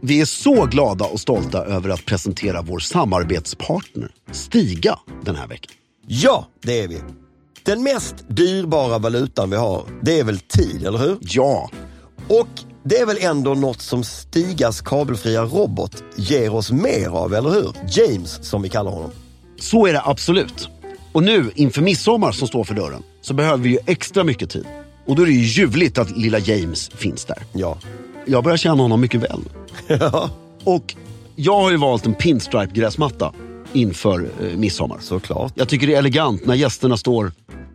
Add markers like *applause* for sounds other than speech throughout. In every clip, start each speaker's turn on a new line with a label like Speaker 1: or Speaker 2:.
Speaker 1: Vi är så glada och stolta över att presentera vår samarbetspartner Stiga den här veckan.
Speaker 2: Ja, det är vi. Den mest dyrbara valutan vi har, det är väl tid, eller hur?
Speaker 1: Ja,
Speaker 2: Och det är väl ändå något som Stigas kabelfria robot ger oss mer av, eller hur? James, som vi kallar honom.
Speaker 1: så är det absolut. Och nu inför midsommar som står för dörren så behöver vi ju extra mycket tid. Och då är det ju ljuvligt att lilla James finns där.
Speaker 2: Ja.
Speaker 1: Jag börjar känna honom mycket väl. och jag har ju valt en pinstripe-gräsmatta inför eh, midsommar.
Speaker 2: Såklart.
Speaker 1: Jag tycker det är elegant när gästerna står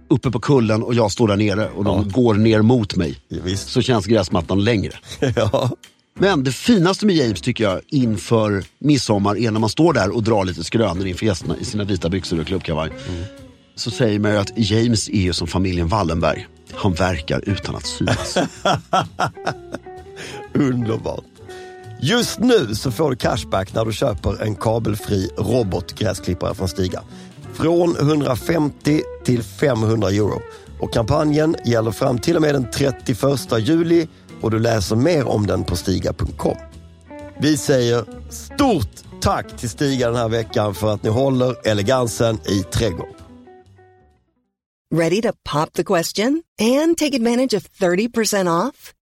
Speaker 1: uppe på kullen och jag står där nere och de går ner mot mig.
Speaker 2: Ja, visst.
Speaker 1: Så känns gräsmattan *laughs* längre.
Speaker 2: Ja.
Speaker 1: Men det finaste med James tycker jag inför midsommar är när man står där och drar lite skrönor inför gästerna i sina vita byxor och klubbkavaj. Så säger man ju att James är ju som familjen Wallenberg. Han verkar utan att synas.
Speaker 2: Underbart. Just nu så får du cashback när du köper en kabelfri robotgräsklippare från Stiga. Från 150 till 500 euro. Och kampanjen gäller fram till och med den 31 juli och du läser mer om den på stiga.com. Vi säger stort tack till Stiga den här veckan för att ni håller elegansen i trädgården.
Speaker 3: Ready to pop the question and take advantage of 30% off?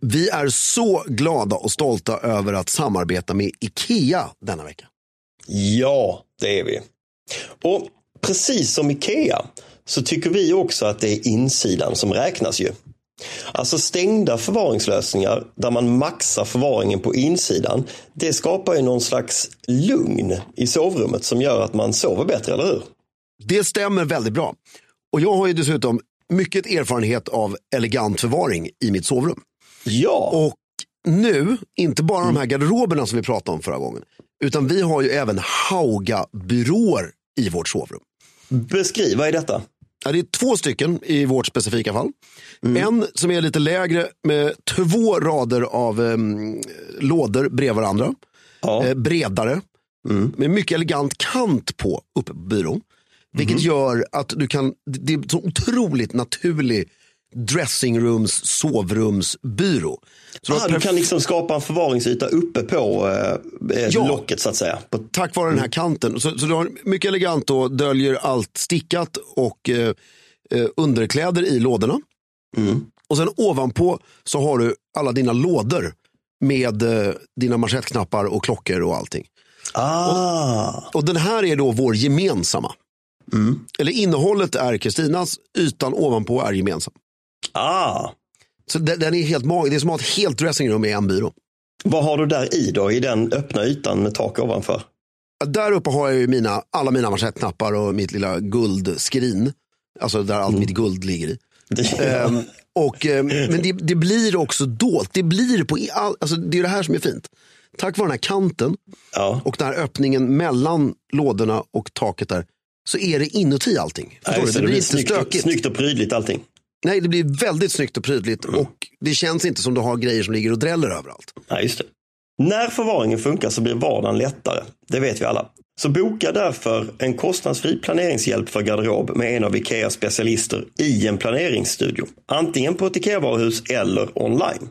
Speaker 1: Vi är så glada och stolta över att samarbeta med IKEA denna vecka.
Speaker 2: Ja, det är vi. Och precis som Ikea så tycker vi också att det är insidan som räknas ju. Alltså stängda förvaringslösningar där man maxar förvaringen på insidan. Det skapar ju någon slags lugn i sovrummet som gör att man sover bättre, eller hur?
Speaker 1: Det stämmer väldigt bra. Och jag har ju dessutom mycket erfarenhet av elegant förvaring i mitt sovrum.
Speaker 2: Ja,
Speaker 1: Och nu, inte bara de här garderoberna som vi pratade om förra gången, utan vi har ju även Hauga-byråer i vårt sovrum.
Speaker 2: beskriv, vad är detta?
Speaker 1: Ja, det är två stycken i vårt specifika fall. En som är lite lägre med två rader av em, lådor bredvid varandra.
Speaker 2: Ja. Mm.
Speaker 1: Eh, bredare. Med mycket elegant kant på uppe på byrån. Vilket
Speaker 2: Mhm.
Speaker 1: gör att du kan, det är en så otroligt naturlig dressingrooms, sovrumsbyrå. Så
Speaker 2: Ah, du
Speaker 1: perfekt-
Speaker 2: kan liksom skapa en förvaringsyta uppe på eh, eh,
Speaker 1: Ja.
Speaker 2: locket så att säga. På,
Speaker 1: tack vare den
Speaker 2: Mm.
Speaker 1: här kanten. Så, så du har mycket elegant och döljer allt stickat och eh, eh, underkläder i lådorna.
Speaker 2: Mm.
Speaker 1: Och sen ovanpå så har du alla dina lådor med eh, dina manschettknappar och klockor och allting.
Speaker 2: ah,
Speaker 1: Och den här är då vår gemensamma. Eller innehållet är Kristinas, ytan ovanpå är gemensam.
Speaker 2: ah.
Speaker 1: Så den, den är helt magisk. Det är som att ha ett helt dressingrum i en byrå.
Speaker 2: Vad har du där i då, i den öppna ytan med tak ovanför?
Speaker 1: Där uppe har jag ju mina, alla mina manschettknappar och mitt lilla guldskrin. Alltså där allt mitt guld ligger i. Ehm, och, ehm, men det, det blir också dolt. Det blir på i all, alltså det är det här som är fint. Tack vare den här kanten
Speaker 2: *laughs* ja.
Speaker 1: och den här öppningen mellan lådorna och taket där så är det inuti allting.
Speaker 2: Ja,
Speaker 1: Förstår
Speaker 2: just
Speaker 1: du? Det, blir inte
Speaker 2: snyggt, och-
Speaker 1: stökigt.
Speaker 2: snyggt och prydligt allting.
Speaker 1: Nej, det blir väldigt snyggt och prydligt och det känns inte som du har grejer som ligger och dräller överallt.
Speaker 2: Ja, just det. När förvaringen funkar så blir vardagen lättare. Det vet vi alla. Så boka därför en kostnadsfri planeringshjälp för garderob med en av Ikeas specialister i en planeringsstudio. Antingen på ett Ikea-varuhus eller online.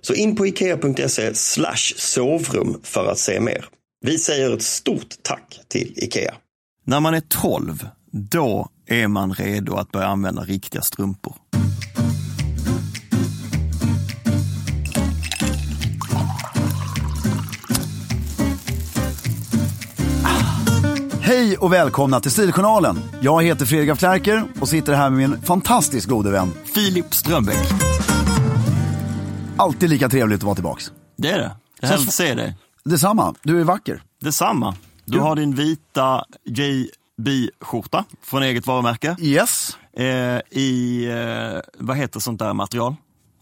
Speaker 2: Så in på ikea.se slash sovrum för att se mer. Vi säger ett stort tack till Ikea.
Speaker 4: När man är 12, då är man redo att börja använda riktiga strumpor. Hej och välkomna till Stiljournalen. Jag heter Fredrik af Klerker och sitter här med min fantastiskt gode vän Filip Strömbäck.
Speaker 5: Alltid lika trevligt att vara tillbaks.
Speaker 4: Det är det. Det är härligt att se dig.
Speaker 5: Detsamma, du är vacker.
Speaker 4: Detsamma. Du har din vita JB-skjorta från eget varumärke.
Speaker 5: Yes.
Speaker 4: eh, i, eh, vad heter sånt där material?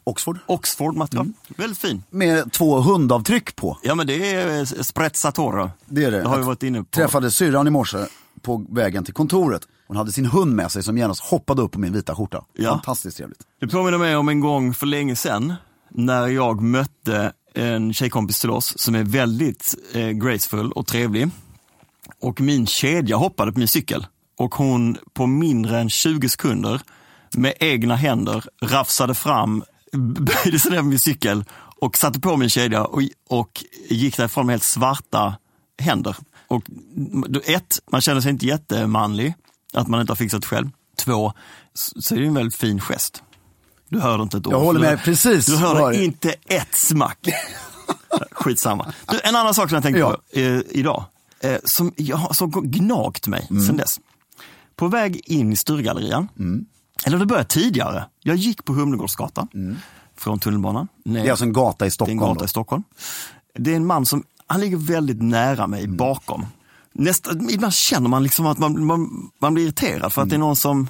Speaker 6: Oxford. Mm.
Speaker 2: Oxford-matta. Väldigt fin.
Speaker 6: Med två hundavtryck på.
Speaker 2: Ja, men det är eh, sprezzatora.
Speaker 6: Det är det.
Speaker 2: Det har vi
Speaker 6: Jag
Speaker 2: varit inne på.
Speaker 6: Träffade syrran i morse på vägen till kontoret. Hon hade sin hund med sig som genast hoppade upp på min vita skjorta.
Speaker 2: Ja.
Speaker 6: Fantastiskt trevligt.
Speaker 2: Det påminner mig om en gång för länge sedan när jag mötte en tjejkompis till oss som är väldigt eh, graceful och trevlig. Och min kedja hoppade på min cykel och hon på mindre än 20 sekunder med egna händer rafsade fram, böjde sig ner på min cykel och satte på min kedja och, och gick därifrån med helt svarta händer. Och då- ett, man känner sig inte jättemanlig, att man inte har fixat själv. Två, så så är det en väldigt fin gest. Du hörde inte ett ord.
Speaker 6: Jag håller med,
Speaker 2: Du-
Speaker 6: precis.
Speaker 2: Du
Speaker 6: Var
Speaker 2: hörde
Speaker 6: det.
Speaker 2: inte ett smack. Skitsamma. Du, en annan sak som jag tänkte
Speaker 6: Ja.
Speaker 2: på eh, idag, eh, som jag har så gnagt mig sedan dess. På väg in i Sturegallerian, eller det började tidigare, jag gick på Humlegårdsgatan från tunnelbanan. ner-
Speaker 6: Det är alltså en gata i
Speaker 2: det är en
Speaker 6: Stockholm.
Speaker 2: gata
Speaker 6: då.
Speaker 2: i Stockholm. Det är en man som, han ligger väldigt nära mig
Speaker 6: Mm.
Speaker 2: bakom. Nästa, ibland känner man liksom att man, man, man blir irriterad för att det
Speaker 6: Mm.
Speaker 2: är någon som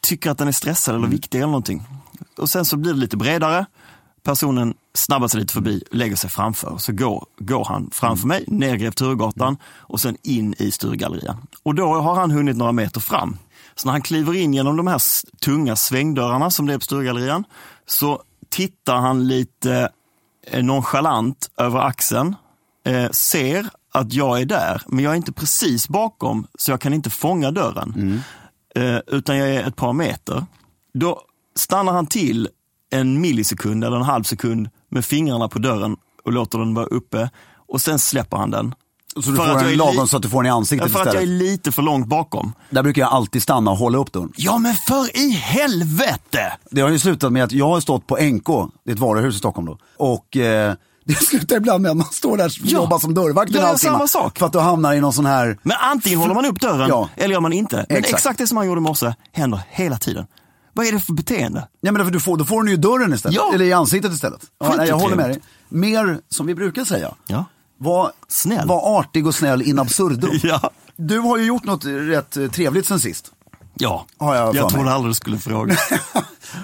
Speaker 2: tycker att den är stressad eller viktig eller någonting. Och sen så blir det lite bredare. Personen snabbar sig lite förbi, lägger sig framför. Så går, går han
Speaker 6: Mm.
Speaker 2: framför mig, ner Grev Turegatan och sen in i Sturegallerian. Och då har han hunnit några meter fram. Så när han kliver in genom de här s- tunga svängdörrarna som det är på Sturegallerian så tittar han lite eh, nonchalant över axeln, eh, ser att jag är där, men jag är inte precis bakom så jag kan inte fånga dörren.
Speaker 6: Mm.
Speaker 2: Eh, utan jag är ett par meter. Då stannar han till en millisekund eller en halv sekund med fingrarna på dörren och låter den vara uppe och sen släpper han den.
Speaker 6: Så du
Speaker 2: För att
Speaker 6: får
Speaker 2: jag är
Speaker 6: en lagom
Speaker 2: li-
Speaker 6: så att du får den i
Speaker 2: Ja,
Speaker 6: ansiktet
Speaker 2: För att jag är
Speaker 6: istället.
Speaker 2: lite för långt bakom.
Speaker 6: Där brukar jag alltid stanna och hålla upp dörren.
Speaker 2: Ja men för i helvete!
Speaker 6: Det har ju slutat med att jag har stått på NK, det är ett varuhus i Stockholm då. Och eh, *laughs* det slutar ibland med att man står där och
Speaker 2: Ja.
Speaker 6: jobbar som dörrvakt i
Speaker 2: Jag
Speaker 6: en
Speaker 2: gör
Speaker 6: halvtimme.
Speaker 2: samma sak.
Speaker 6: För att du hamnar i någon sån här,
Speaker 2: Men antingen håller man upp dörren
Speaker 6: Ja.
Speaker 2: eller gör man inte. Men
Speaker 6: Exakt.
Speaker 2: exakt. det som han gjorde i morse händer hela tiden. Vad är det för beteende?
Speaker 6: ja men därför du får, då får den ju i dörren istället.
Speaker 2: Ja.
Speaker 6: Eller i ansiktet istället. Ja, nej, jag håller med dig.
Speaker 2: Skitrotrevligt.
Speaker 6: Mer, som vi brukar säga,
Speaker 2: Ja.
Speaker 6: var,
Speaker 2: Snäll.
Speaker 6: var artig och snäll in absurdum.
Speaker 2: *laughs*
Speaker 6: *laughs*
Speaker 2: Ja.
Speaker 6: Du har ju gjort något rätt eh, trevligt sen sist.
Speaker 2: Ja,
Speaker 6: Har jag för mig.
Speaker 2: jag trodde aldrig du skulle
Speaker 6: *laughs*
Speaker 2: fråga.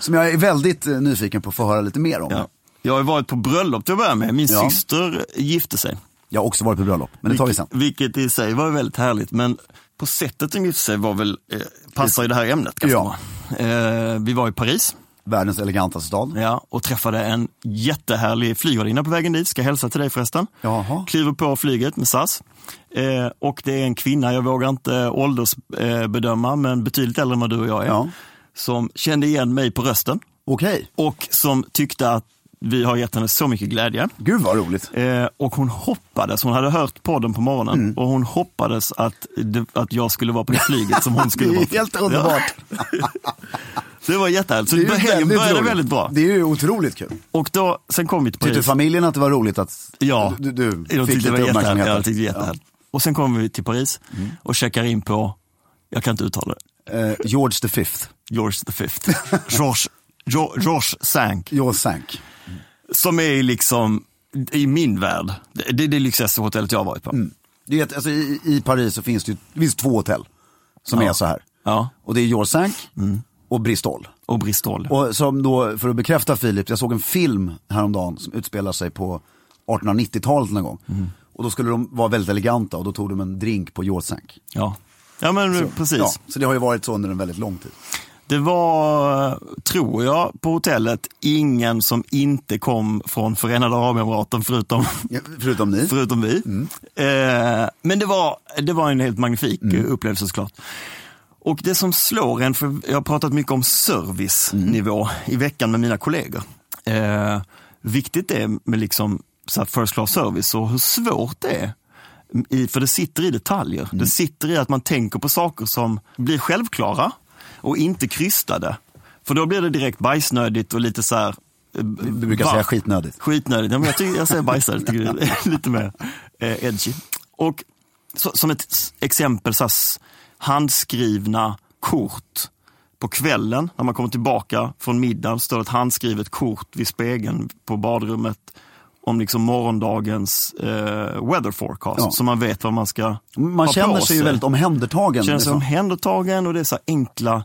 Speaker 6: Som jag är väldigt eh, nyfiken på att få höra lite mer om.
Speaker 2: ja. Jag har ju varit på bröllop till att börja med. Min
Speaker 6: Ja.
Speaker 2: syster gifte sig.
Speaker 6: Jag har också varit på bröllop, men det tar vi sen.
Speaker 2: Vilket i sig var väldigt härligt, men på sättet de gifte sig var väl, eh, passar i det här ämnet ganska
Speaker 6: Ja.
Speaker 2: bra. Eh, vi var i Paris
Speaker 6: Världens elegantaste stad.
Speaker 2: ja, och träffade en jättehärlig flygvärdinna på vägen dit. Ska hälsa till dig förresten.
Speaker 6: Jaha.
Speaker 2: Kliver på flyget med SAS. Eh, och det är en kvinna, jag vågar inte eh, åldersbedöma, men betydligt äldre än vad du och jag är.
Speaker 6: Ja.
Speaker 2: Som kände igen mig på rösten.
Speaker 6: Okej,
Speaker 2: och som tyckte att vi har gett henne så mycket glädje.
Speaker 6: gud vad roligt.
Speaker 2: Eh, och hon hoppades, hon hade hört podden på morgonen
Speaker 6: Mm.
Speaker 2: och hon hoppades att, det, att jag skulle vara på det flyget som hon skulle
Speaker 6: *laughs* Det
Speaker 2: vara
Speaker 6: är
Speaker 2: på.
Speaker 6: helt underbart.
Speaker 2: Det var jättehärligt, så
Speaker 6: Det är ju
Speaker 2: helgen började
Speaker 6: roligt.
Speaker 2: väldigt bra.
Speaker 6: Det är ju otroligt kul.
Speaker 2: Och då, sen kom vi till
Speaker 6: Tyckte
Speaker 2: Paris.
Speaker 6: familjen att det var roligt att
Speaker 2: Ja,
Speaker 6: du, du
Speaker 2: jag tyckte
Speaker 6: fick
Speaker 2: det var
Speaker 6: lite
Speaker 2: jättehärligt.
Speaker 6: uppmärksamhet? Mm.
Speaker 2: Jag tyckte det var jättehärligt. Och sen kom vi till Paris och checkar in på, jag kan inte uttala det,
Speaker 6: Eh, George the fifth,
Speaker 2: George the
Speaker 6: *laughs*
Speaker 2: fifth. George, George, George Sank.
Speaker 6: George Sank.
Speaker 2: Som är liksom, i min värld, det, det är det lyxigaste hotellet jag har varit på.
Speaker 6: Det är, ett- alltså, i, I Paris så finns det, ju, det finns två hotell som
Speaker 2: Ja.
Speaker 6: är så här.
Speaker 2: Ja,
Speaker 6: Och det är George Sank och Bristol.
Speaker 2: och Bristol.
Speaker 6: Och som då, för att bekräfta Filip, jag såg en film häromdagen som utspelar sig på 1890-talet någon gång.
Speaker 2: Mm.
Speaker 6: Och då skulle de vara väldigt eleganta och då tog de en drink på George Sank.
Speaker 2: Ja, ja men precis.
Speaker 6: Ja, så det har ju varit så under en väldigt lång tid.
Speaker 2: Det var, tror jag, på hotellet ingen som inte kom från Förenade Arabemiraten förutom,
Speaker 6: Ja, Förutom ni.
Speaker 2: förutom vi.
Speaker 6: Mm.
Speaker 2: Eh, men det var, det var en helt magnifik eh,
Speaker 6: Mm.
Speaker 2: upplevelse såklart. Och det som slår en, för jag har pratat mycket om servicenivå
Speaker 6: Mm.
Speaker 2: i veckan med mina kollegor. Eh, viktigt det är med liksom så här first class service och hur svårt det är. I, för det sitter i detaljer.
Speaker 6: Mm.
Speaker 2: Det sitter i att man tänker på saker som blir självklara och inte krystade. För då blir det direkt bajsnödigt och lite så här... eh, Du
Speaker 6: Vi brukar säga skitnödigt.
Speaker 2: Skitnödigt. Ja, men jag, tycker, jag säger bajsare, jag tycker det
Speaker 6: *laughs*
Speaker 2: är lite mer eh, edgy. Och så, som ett s- exempel, så här, s- handskrivna kort på kvällen när man kommer tillbaka från middagen står det ett handskrivet kort vid spegeln på badrummet om liksom morgondagens eh, weather forecast.
Speaker 6: Ja.
Speaker 2: Så man vet vad man ska
Speaker 6: Man
Speaker 2: ha
Speaker 6: känner
Speaker 2: på
Speaker 6: sig ju väldigt omhändertagen.
Speaker 2: Känner sig
Speaker 6: liksom.
Speaker 2: omhändertagen och det är så här enkla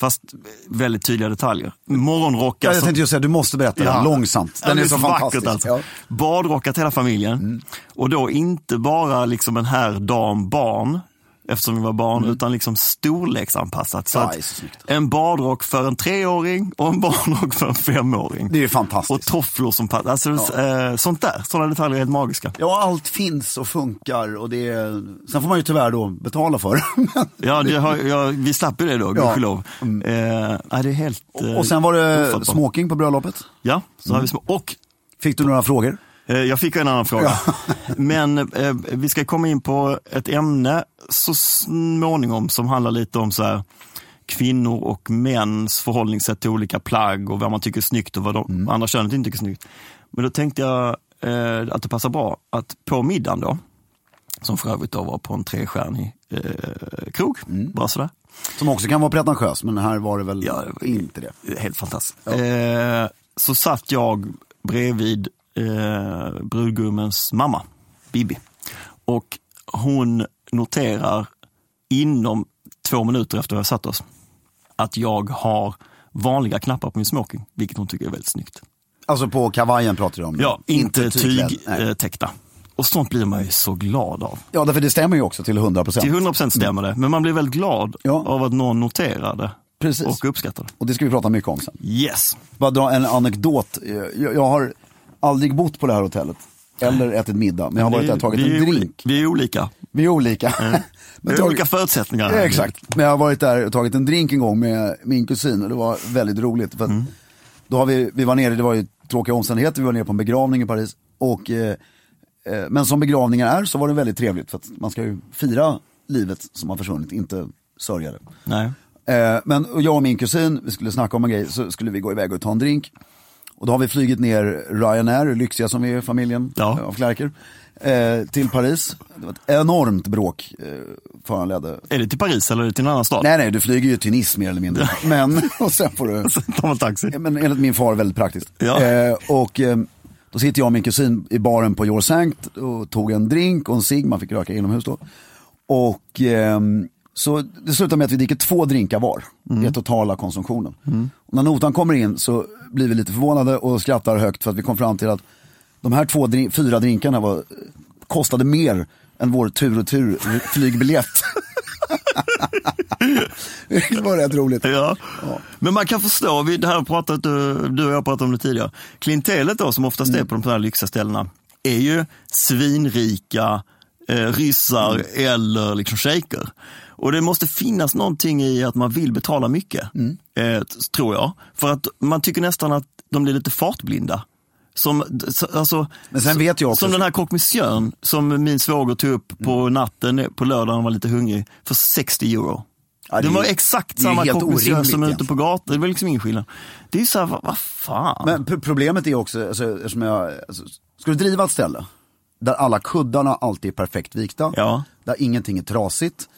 Speaker 2: Fast väldigt tydliga detaljer. Morgonrockar
Speaker 6: Ja, jag
Speaker 2: som
Speaker 6: tänkte just säga, du måste berätta
Speaker 2: Ja.
Speaker 6: den långsamt.
Speaker 2: Ja,
Speaker 6: Den
Speaker 2: det
Speaker 6: är så fantastisk. Mm.
Speaker 2: vackert alltså. Badrockat hela familjen. Och då inte bara liksom en här dam barn, eftersom vi var barn, utan liksom storleksanpassat. Så
Speaker 6: Mm. Ja, det är så
Speaker 2: att
Speaker 6: snyggt.
Speaker 2: en badrock för en treåring och en *laughs* barnrock för en femåring.
Speaker 6: Det är ju
Speaker 2: och
Speaker 6: fantastiskt.
Speaker 2: tofflor som passar. Alltså, eh, sånt där, sådana detaljer är helt magiska.
Speaker 6: Ja, allt finns och funkar. Och det är... Sen får man ju tyvärr då betala för *laughs* det. Mm.
Speaker 2: Ja, det har, ja, vi slapp ju det då, gudskelov. Eh, ja, det är helt... eh,
Speaker 6: Och sen var det Mm.
Speaker 2: ofattbart.
Speaker 6: smoking på bröllopet.
Speaker 2: Ja, så har vi små. Och
Speaker 6: Fick du några frågor?
Speaker 2: Eh, Jag fick en annan fråga. Men eh, vi ska komma in på ett ämne så småningom som handlar lite om så här, kvinnor och mäns förhållningssätt till olika plagg och vad man tycker är snyggt och vad de andra könet inte tycker är snyggt. Men då tänkte jag eh, att det passar bra att på middagen då, som för övrigt då var på en trestjärnig eh, krog, bara sådär.
Speaker 6: Som också kan vara pretentiös, men här var det väl
Speaker 2: Ja, det var-
Speaker 6: inte det.
Speaker 2: Helt fantastiskt. Eh, så satt jag bredvid eh, brudgummens mamma, Bibi. Och hon noterar inom två minuter efter vi har satt oss att jag har vanliga knappar på min smoking, vilket hon tycker är väldigt snyggt.
Speaker 6: Alltså på kavajen pratar du om.
Speaker 2: Ja, inte
Speaker 6: tygklädd. Nej.
Speaker 2: tygtäckta. Och sånt blir man ju så glad av.
Speaker 6: Ja, därför det stämmer ju också till 100
Speaker 2: Till
Speaker 6: procent.
Speaker 2: 100% stämmer det, men man blir väldigt glad
Speaker 6: Ja.
Speaker 2: av att någon noterar det
Speaker 6: Precis.
Speaker 2: och uppskattar det.
Speaker 6: Och det ska vi prata mycket om sen.
Speaker 2: Yes.
Speaker 6: Bara dra en anekdot. Eh, Jag, jag har aldrig bott på det här hotellet. Eller ätit middag, men jag har varit där och tagit
Speaker 2: vi,
Speaker 6: en
Speaker 2: är oli-
Speaker 6: drink.
Speaker 2: vi är olika.
Speaker 6: Vi är olika. *laughs*
Speaker 2: Vi har olika förutsättningar.
Speaker 6: Ja, Eh, exakt. Men jag har varit där och tagit en drink en gång med min kusin och det var väldigt roligt. För att då har vi, vi var nere, det var ju tråkiga omständigheter, vi var nere på en begravning i Paris. Och, eh, eh, men som begravningar är så var det väldigt trevligt för att man ska ju fira livet som har försvunnit, inte sörja det.
Speaker 2: Nej.
Speaker 6: Eh, men och jag och min kusin, vi skulle snacka om en grej, så skulle vi gå iväg och ta en drink. Och då har vi flugit ner Ryanair, lyxiga som vi är familjen
Speaker 2: Ja.
Speaker 6: eh, av Klärker, eh, till Paris. Det var ett enormt bråk eh, föranledde
Speaker 2: Är det till Paris eller är det till en annan stad?
Speaker 6: Nej, nej, du flyger ju till Nice mer eller mindre. Men, och sen får du,
Speaker 2: Så tar man taxi.
Speaker 6: men enligt min far väldigt praktiskt.
Speaker 2: Ja.
Speaker 6: Eh, och eh, då sitter jag och min kusin i baren på Your Sankt och tog en drink och en cigg, man fick röka inomhus då. Och eh, så det slutar med att vi dricker två drinkar var i totala konsumtionen. Och när notan kommer in så blir vi lite förvånade och skrattar högt för att vi kom fram till att de här två, drink, fyra drinkarna var, kostade mer än vår tur och tur flygbiljett. *laughs* det var rätt roligt.
Speaker 2: Ja. Men man kan förstå, vi, det här har pratat, du, du och jag pratat om det tidigare. Klientelet då som oftast
Speaker 6: Mm.
Speaker 2: är på de här lyxiga ställena är ju svinrika eh, ryssar
Speaker 6: Mm.
Speaker 2: eller liksom shejker. Och det måste finnas någonting i att man vill betala mycket,
Speaker 6: Mm.
Speaker 2: eh, t- tror jag. För att man tycker nästan att de blir lite fartblinda. Som, d- så- alltså,
Speaker 6: Men sen vet jag också- Mm.
Speaker 2: Som den här kockmissiön som min svåger tog upp på natten på lördagen när han var lite hungrig för 60 euro.
Speaker 6: Ja, det
Speaker 2: den
Speaker 6: är-
Speaker 2: var exakt
Speaker 6: det är
Speaker 2: samma
Speaker 6: helt
Speaker 2: kockmiljö
Speaker 6: orimligt
Speaker 2: som ute
Speaker 6: egentligen.
Speaker 2: på gatan. Det var liksom ingen skillnad. Det är ju så här, vad, vad fan.
Speaker 6: Men p- problemet är också, alltså, eftersom jag, alltså, ska du driva ett ställe där alla kuddarna alltid är perfekt vikta,
Speaker 2: Ja.
Speaker 6: där ingenting är trasigt,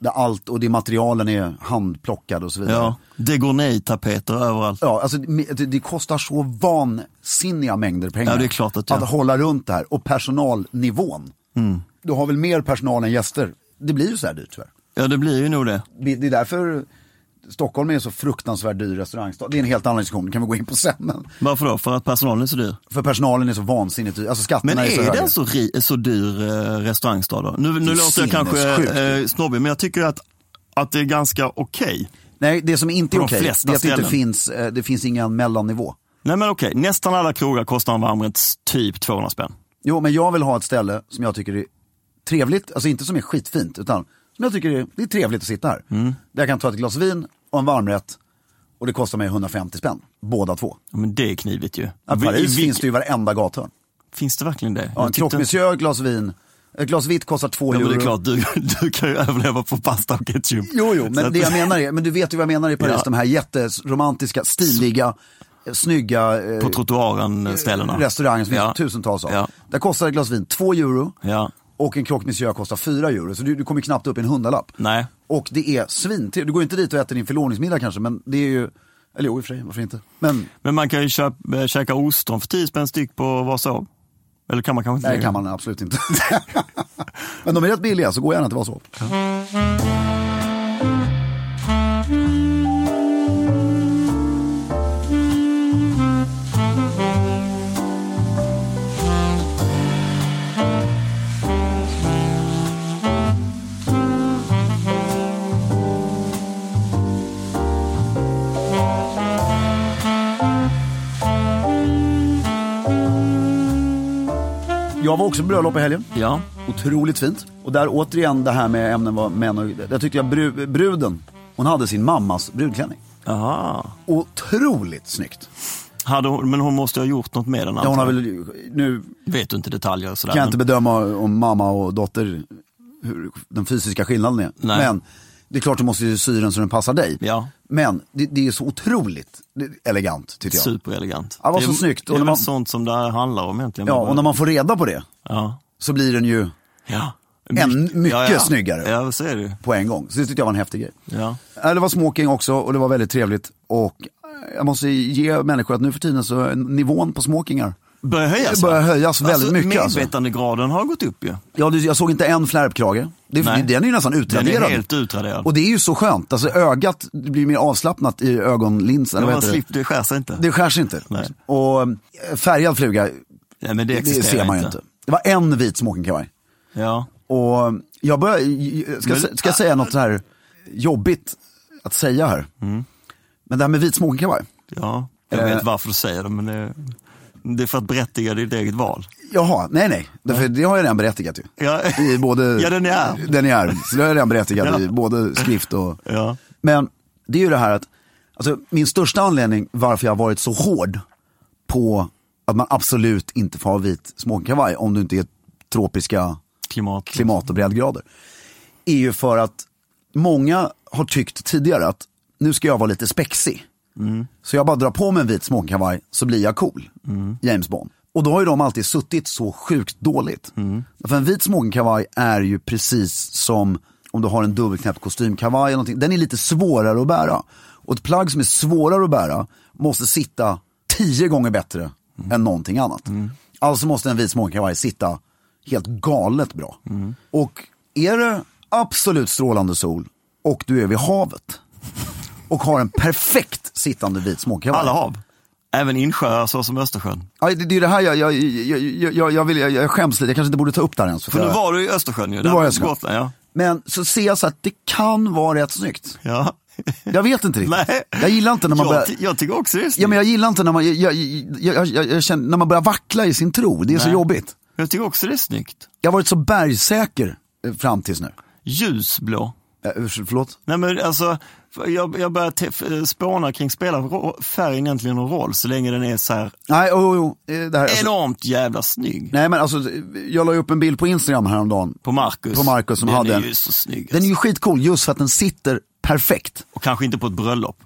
Speaker 6: där allt och det materialen är handplockade och så vidare.
Speaker 2: ja, det går nej tapeter överallt.
Speaker 6: Ja, alltså, det, det kostar så vansinniga mängder pengar
Speaker 2: Ja, det är Mm. klart att det-
Speaker 6: att hålla runt det här. Och personalnivån. Du har väl mer personal än gäster? Det blir ju så här dyrt tyvärr.
Speaker 2: Ja, det blir ju nog det.
Speaker 6: Det, det är därför Stockholm är en så fruktansvärt dyr restaurangstad. Det är en helt annan diskussion, det kan vi gå in på sen. Men
Speaker 2: Varför då? För att personalen är så dyr.
Speaker 6: för personalen är så vansinnigt dyr. Alltså skatterna
Speaker 2: Men
Speaker 6: är så
Speaker 2: är
Speaker 6: höga.
Speaker 2: den så, ri, så dyr eh, restaurangstad då? Nu, nu låter jag
Speaker 6: sinnessjukt.
Speaker 2: kanske eh, snobbig, men jag tycker att, att det är ganska okej.
Speaker 6: Nej, det som inte är
Speaker 2: På de
Speaker 6: okej det är att
Speaker 2: flesta
Speaker 6: det inte
Speaker 2: ställen.
Speaker 6: finns, eh, det finns ingen mellannivå.
Speaker 2: Nej men okej, nästan alla krogar kostar en varmrätt typ 200 spänn.
Speaker 6: Jo, men jag vill ha ett ställe som jag tycker är trevligt, alltså inte som är skitfint, utan som jag tycker är, det är trevligt att sitta här.
Speaker 2: Mm.
Speaker 6: Där jag kan ta ett glas vin och en varmrätt och det kostar mig 150 spänn, båda två.
Speaker 2: Ja, Men det är knivigt ju.
Speaker 6: I Paris
Speaker 2: I vilk-
Speaker 6: finns det ju i varenda gathörn.
Speaker 2: finns det verkligen det?
Speaker 6: Ja, en
Speaker 2: Jag tyckte inte-
Speaker 6: croque-monsieur, ett glas vin, ett glas vitt kostar två
Speaker 2: Ja,
Speaker 6: euro.
Speaker 2: men det är klart, du, *laughs* du kan ju överleva på pasta och ketchup.
Speaker 6: Jo, jo,
Speaker 2: Så
Speaker 6: men
Speaker 2: att-
Speaker 6: det jag menar är, men du vet ju vad jag menar i Paris,
Speaker 2: Ja.
Speaker 6: de här jätteromantiska, stiliga, eh, snygga eh,
Speaker 2: På trottoaren eh, ställena.
Speaker 6: restauranger som
Speaker 2: Ja.
Speaker 6: finns tusentals av.
Speaker 2: Ja.
Speaker 6: Där kostar ett glas vin 2 euro
Speaker 2: Ja.
Speaker 6: och en croque monsieur kostar 4 euro. Så du, du kommer knappt upp i en hundralapp.
Speaker 2: Nej.
Speaker 6: Och det är svin. Du går inte dit och äter din förlovningsmiddag kanske, men det är ju, eller jo i och för sig, varför inte? Men
Speaker 2: Men man kan ju köp, eh, käka ostron för 10 spänn styck på Vasahov. Eller kan man kanske inte
Speaker 6: nej,
Speaker 2: längre.
Speaker 6: kan man absolut inte. *laughs* men de är rätt billiga, så gå gärna till Vasahov. var också på bröllop i helgen.
Speaker 2: Ja.
Speaker 6: Otroligt fint. Och där återigen det här med ämnen var män och... Där tyckte jag bru, bruden, hon hade sin mammas brudklänning.
Speaker 2: Aha.
Speaker 6: Otroligt snyggt.
Speaker 2: Hade hon, men hon måste ha gjort något med den.
Speaker 6: Ja, hon
Speaker 2: antar
Speaker 6: har väl, nu
Speaker 2: jag. Vet du inte detaljer och sådär.
Speaker 6: kan jag inte
Speaker 2: men-
Speaker 6: bedöma om mamma och dotter, hur den fysiska skillnaden är.
Speaker 2: Nej.
Speaker 6: Men det är klart du måste ju sy den så den passar dig.
Speaker 2: Ja.
Speaker 6: Men det, det är så otroligt elegant tycker jag.
Speaker 2: Superelegant.
Speaker 6: Ja, vad
Speaker 2: Det
Speaker 6: så
Speaker 2: är-
Speaker 6: snyggt.
Speaker 2: Det
Speaker 6: Och
Speaker 2: är
Speaker 6: när
Speaker 2: väl
Speaker 6: man-
Speaker 2: sånt som det här handlar om egentligen.
Speaker 6: Ja, och när man får reda på det
Speaker 2: ja.
Speaker 6: så blir den ju
Speaker 2: Ja.
Speaker 6: Än mycket
Speaker 2: ja, ja.
Speaker 6: snyggare.
Speaker 2: Ja, så är det ju.
Speaker 6: på en gång. Så det tyckte jag var en häftig grej.
Speaker 2: Ja.
Speaker 6: Ja, Det var smoking också och det var väldigt trevligt. Och äh, jag måste ge människor att nu för tiden så är nivån på smokingar.
Speaker 2: Börjar höjas.
Speaker 6: Det börjar
Speaker 2: va?
Speaker 6: höjas väldigt mycket, alltså.
Speaker 2: Medvetandegraden har gått upp ju.
Speaker 6: Ja, du- jag såg inte en flärpkrage. Det,
Speaker 2: Nej.
Speaker 6: den är ju nästan
Speaker 2: Den
Speaker 6: utraderad.
Speaker 2: är helt utraderad.
Speaker 6: Och det är ju så skönt. Alltså ögat det blir mer avslappnat i ögonlinsen.
Speaker 2: Ja,
Speaker 6: Vad
Speaker 2: man
Speaker 6: heter det?
Speaker 2: slipper, det skär sig inte.
Speaker 6: det skärs inte.
Speaker 2: Nej.
Speaker 6: Och eh, färgad fluga,
Speaker 2: Nej, men det
Speaker 6: det,
Speaker 2: existerar
Speaker 6: ser man ju inte. Det var en vit smokingkavaj.
Speaker 2: Ja.
Speaker 6: Och jag börjar, ska,
Speaker 2: Men-
Speaker 6: ska jag säga något så här jobbigt att säga här.
Speaker 2: Mm.
Speaker 6: Men det här med vit smokingkavaj.
Speaker 2: ja, jag
Speaker 6: Eh.
Speaker 2: vet varför du säger det, men det, det är för att berättiga ditt eget val.
Speaker 6: Jaha, nej nej. Därför, det har jag redan berättigat ju.
Speaker 2: Ja,
Speaker 6: I både,
Speaker 2: *laughs* ja den är.
Speaker 6: Den är arm. Så det har jag redan berättigat i
Speaker 2: Ja.
Speaker 6: både skrift och...
Speaker 2: Ja.
Speaker 6: Men det är ju det här att, alltså, min största anledning varför jag har varit så hård på att man absolut inte får ha vit smokingkavaj om du inte är tropiska
Speaker 2: Klimat.
Speaker 6: klimat och breddgrader. Är ju för att många har tyckt tidigare att nu ska jag vara lite spexig. Så jag bara drar på mig en vit smockingkavaj så blir jag cool. James Bond. Och då har ju de alltid suttit så sjukt dåligt. För en vit smockingkavaj är ju precis som om du har en dubbelknäppt kostymkavaj eller någonting. Den är lite svårare att bära. Och ett plagg som är svårare att bära måste sitta tio gånger bättre än någonting annat. Alltså måste en vit smockingkavaj sitta helt galet bra. Och är det absolut strålande sol och du är vid havet och har en perfekt sittande vit småkavaj.
Speaker 2: Alla hav. Även insjöar så som Östersjön.
Speaker 6: Ja, det, det är det här jag, jag, jag, jag, jag, vill, jag, jag skäms lite, jag kanske inte borde ta upp det här ens.
Speaker 2: För nu
Speaker 6: jag-
Speaker 2: var du i Östersjön ju.
Speaker 6: Nu
Speaker 2: där
Speaker 6: var jag
Speaker 2: på
Speaker 6: i Östersjön.
Speaker 2: Gotland, ja.
Speaker 6: Men så ser jag så att det kan vara rätt snyggt.
Speaker 2: ja. *laughs*
Speaker 6: Jag vet inte riktigt.
Speaker 2: Nej.
Speaker 6: Jag gillar inte när man börjar...
Speaker 2: jag, ty- jag tycker också det är snyggt.
Speaker 6: Ja, men jag gillar inte när man, jag, jag, jag, jag, jag, jag känner, när man börjar vackla i sin tro, det är så
Speaker 2: Nej.
Speaker 6: jobbigt.
Speaker 2: jag tycker också det är snyggt.
Speaker 6: Jag har varit så bergsäker eh, fram tills nu.
Speaker 2: Ljusblå.
Speaker 6: Eh, ursä- Förlåt?
Speaker 2: Nej men alltså, jag, jag börjar te- f- eh, spåna kring, spelar ro- färgen egentligen någon roll så länge den är så här
Speaker 6: Nej, oh, oh, oh. eh, Det här, alltså,
Speaker 2: enormt jävla snygg.
Speaker 6: nej men alltså, jag la ju upp en bild på Instagram häromdagen.
Speaker 2: På Marcus.
Speaker 6: På Marcus som
Speaker 2: den
Speaker 6: hade
Speaker 2: Den
Speaker 6: en-
Speaker 2: är ju så snygg.
Speaker 6: Den är
Speaker 2: alltså.
Speaker 6: ju skitcool just för att den sitter perfekt.
Speaker 2: Och kanske inte på ett bröllop.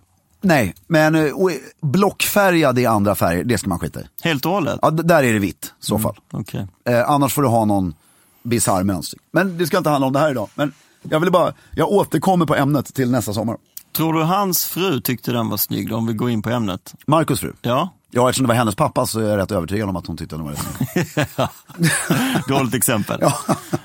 Speaker 6: Nej, men eh, och, eh, blockfärgad i andra färger, det ska man skita i.
Speaker 2: Helt och hållet?
Speaker 6: Ja, d- där är det vitt i så
Speaker 2: Mm.
Speaker 6: fall.
Speaker 2: Okej.
Speaker 6: Eh, annars får du ha någon bisarr mönster. Men det ska inte handla om det här idag. Men jag ville bara, jag återkommer på ämnet till nästa sommar.
Speaker 2: Tror du hans fru tyckte den var snygg då, om vi går in på ämnet?
Speaker 6: Markus fru.
Speaker 2: Ja,
Speaker 6: *laughs* Ja, eftersom det var hennes pappa så är jag rätt övertygad om att hon tyckte att den var rätt
Speaker 2: *laughs*
Speaker 6: snygg.
Speaker 2: dåligt exempel.
Speaker 6: ja.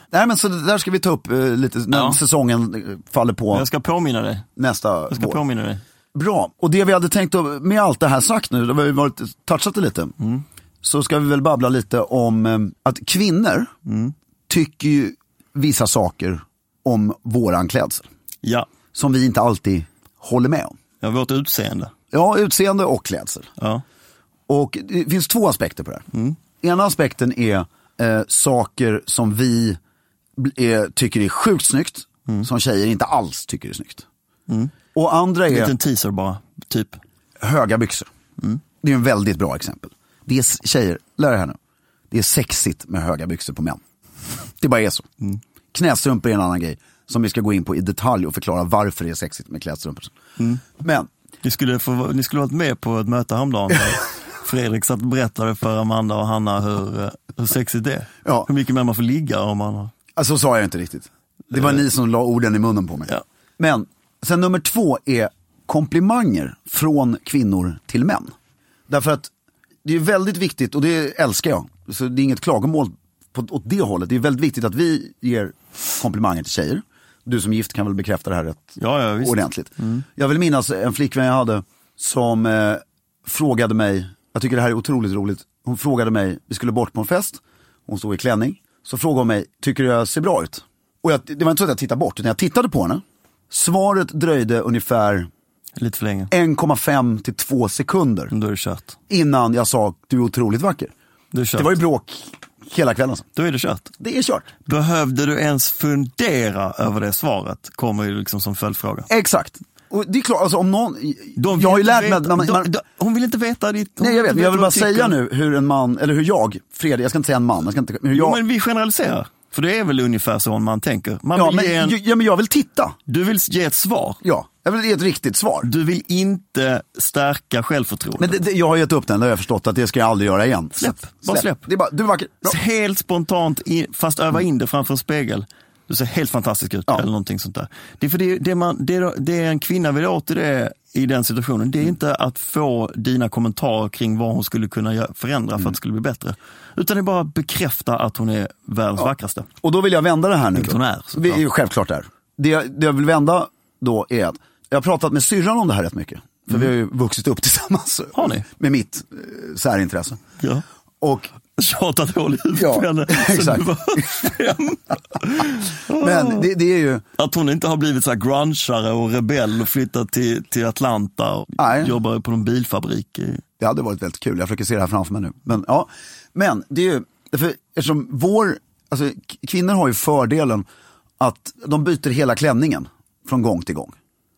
Speaker 6: Nej men så det där ska vi ta upp eh, lite när
Speaker 2: Ja.
Speaker 6: säsongen eh, faller på
Speaker 2: Jag ska påminna dig.
Speaker 6: nästa
Speaker 2: Jag ska
Speaker 6: vår.
Speaker 2: påminna dig.
Speaker 6: Bra, och det vi hade tänkt att- med allt det här sagt nu, det har vi varit, touchat det lite. Så ska vi väl babbla lite om eh, att kvinnor tycker ju vissa saker om våran klädsel.
Speaker 2: Ja,
Speaker 6: Som vi inte alltid håller med om.
Speaker 2: ja vårt utseende.
Speaker 6: Ja, utseende och klädsel.
Speaker 2: Ja.
Speaker 6: Och det finns två aspekter på det här. Ena aspekten är eh, saker som vi bl- är, tycker är sjukt snyggt, som tjejer inte alls tycker är snyggt. Och andra är...
Speaker 2: En liten teaser bara, typ.
Speaker 6: höga byxor. Mm. Det är en väldigt bra exempel. Det är s- tjejer, lär er här nu. Det är sexigt med höga byxor på män. *laughs* Det bara är så. Knästrumpor är en annan grej som vi ska gå in på i detalj och förklara varför det är sexigt med klädstrumpor. Men,
Speaker 2: Ni skulle, få, ni skulle varit med på ett möte häromdagen.
Speaker 6: *laughs*
Speaker 2: där Fredrik satt och berättade för Amanda och Hanna hur, eh, hur sexigt det är.
Speaker 6: Ja.
Speaker 2: Hur mycket mer man får ligga om man har...
Speaker 6: alltså, så sa jag inte riktigt. Det var ni som la orden i munnen på mig.
Speaker 2: Ja.
Speaker 6: Men, sen nummer två är komplimanger från kvinnor till män. Därför att det är väldigt viktigt, och det älskar jag, så det är inget klagomål på, åt det hållet. Det är väldigt viktigt att vi ger komplimanger till tjejer. Du som gift kan väl bekräfta det här rätt
Speaker 2: Ja, ja, visst. Mm.
Speaker 6: ordentligt. Jag vill minnas en flickvän jag hade som eh, frågade mig, jag tycker det här är otroligt roligt, hon frågade mig, vi skulle bort på en fest, hon stod i klänning, så frågade hon mig, tycker du jag ser bra ut? Och jag, det var inte så att jag tittade bort, utan jag tittade på henne. Svaret dröjde ungefär
Speaker 2: Lite för länge.
Speaker 6: 1,5 till 2 sekunder
Speaker 2: Då är det kört.
Speaker 6: innan jag sa du är otroligt vacker.
Speaker 2: Det är kört.
Speaker 6: Det var ju bråk hela kvällen. Alltså.
Speaker 2: Då är det kört.
Speaker 6: Det är kört.
Speaker 2: Behövde du ens fundera över det svaret? Kommer ju liksom som följdfråga.
Speaker 6: Exakt. Och det är klart, alltså om någon...
Speaker 2: De vill
Speaker 6: jag har ju
Speaker 2: inte
Speaker 6: lärt mig
Speaker 2: veta-
Speaker 6: att när man,
Speaker 2: de,
Speaker 6: man,
Speaker 2: de, hon vill inte veta ditt... hon
Speaker 6: Nej
Speaker 2: vill
Speaker 6: jag vet,
Speaker 2: inte
Speaker 6: men jag vill
Speaker 2: vad
Speaker 6: bara
Speaker 2: du tycker.
Speaker 6: säga nu hur en man, eller hur jag, Fredrik, jag ska inte säga en man, jag ska inte, hur
Speaker 2: Jo,
Speaker 6: jag...
Speaker 2: men vi generaliserar. För det är väl ungefär så en man tänker. Man
Speaker 6: ja,
Speaker 2: vill ge en,
Speaker 6: men, ja men jag vill titta.
Speaker 2: du vill ge ett svar.
Speaker 6: Ja, jag vill ge ett riktigt svar.
Speaker 2: Du vill inte stärka
Speaker 6: Men
Speaker 2: självförtroendet.
Speaker 6: det, det, jag har gett upp den, det har jag förstått att det ska jag aldrig göra igen.
Speaker 2: Släpp,
Speaker 6: Så-
Speaker 2: bara släpp.
Speaker 6: Det är bara, du är vacker. Bra.
Speaker 2: Helt spontant, i- fast öva in det framför en spegel. Du ser helt fantastisk ut eller någonting sånt där. Det är för det, det, man, det, är- det är en kvinna vill åt i, det, i den situationen.
Speaker 6: Mm.
Speaker 2: Det är inte att få dina kommentarer kring vad hon skulle kunna gö- förändra
Speaker 6: Mm.
Speaker 2: för att det skulle bli bättre. Utan det är bara att bekräfta att hon är världens vackraste.
Speaker 6: Och då vill jag vända det här nu.
Speaker 2: Vilket
Speaker 6: då.
Speaker 2: hon är, såklart.
Speaker 6: Vi är ju självklart där. Det, jag- det jag vill vända då är att jag har pratat med syrran om det här rätt mycket. För vi har ju vuxit upp tillsammans.
Speaker 2: Mm. Har ni?
Speaker 6: Med mitt eh, särintresse.
Speaker 2: Ja.
Speaker 6: Och
Speaker 2: Tjatat hål i huvudet
Speaker 6: Ja,
Speaker 2: på henne sen
Speaker 6: exakt.
Speaker 2: du var fem.
Speaker 6: *laughs*
Speaker 2: Mm.
Speaker 6: Men det, det är ju,
Speaker 2: Att hon inte har blivit så här grungeare och rebell och flyttat till, till Atlanta och
Speaker 6: Nej.
Speaker 2: jobbar på någon bilfabrik. i-
Speaker 6: det hade varit väldigt kul, jag försöker se det här framför mig nu. Men, ja. men det är ju, för, eftersom vår, alltså, k- kvinnor har ju fördelen att de byter hela klänningen från gång till gång.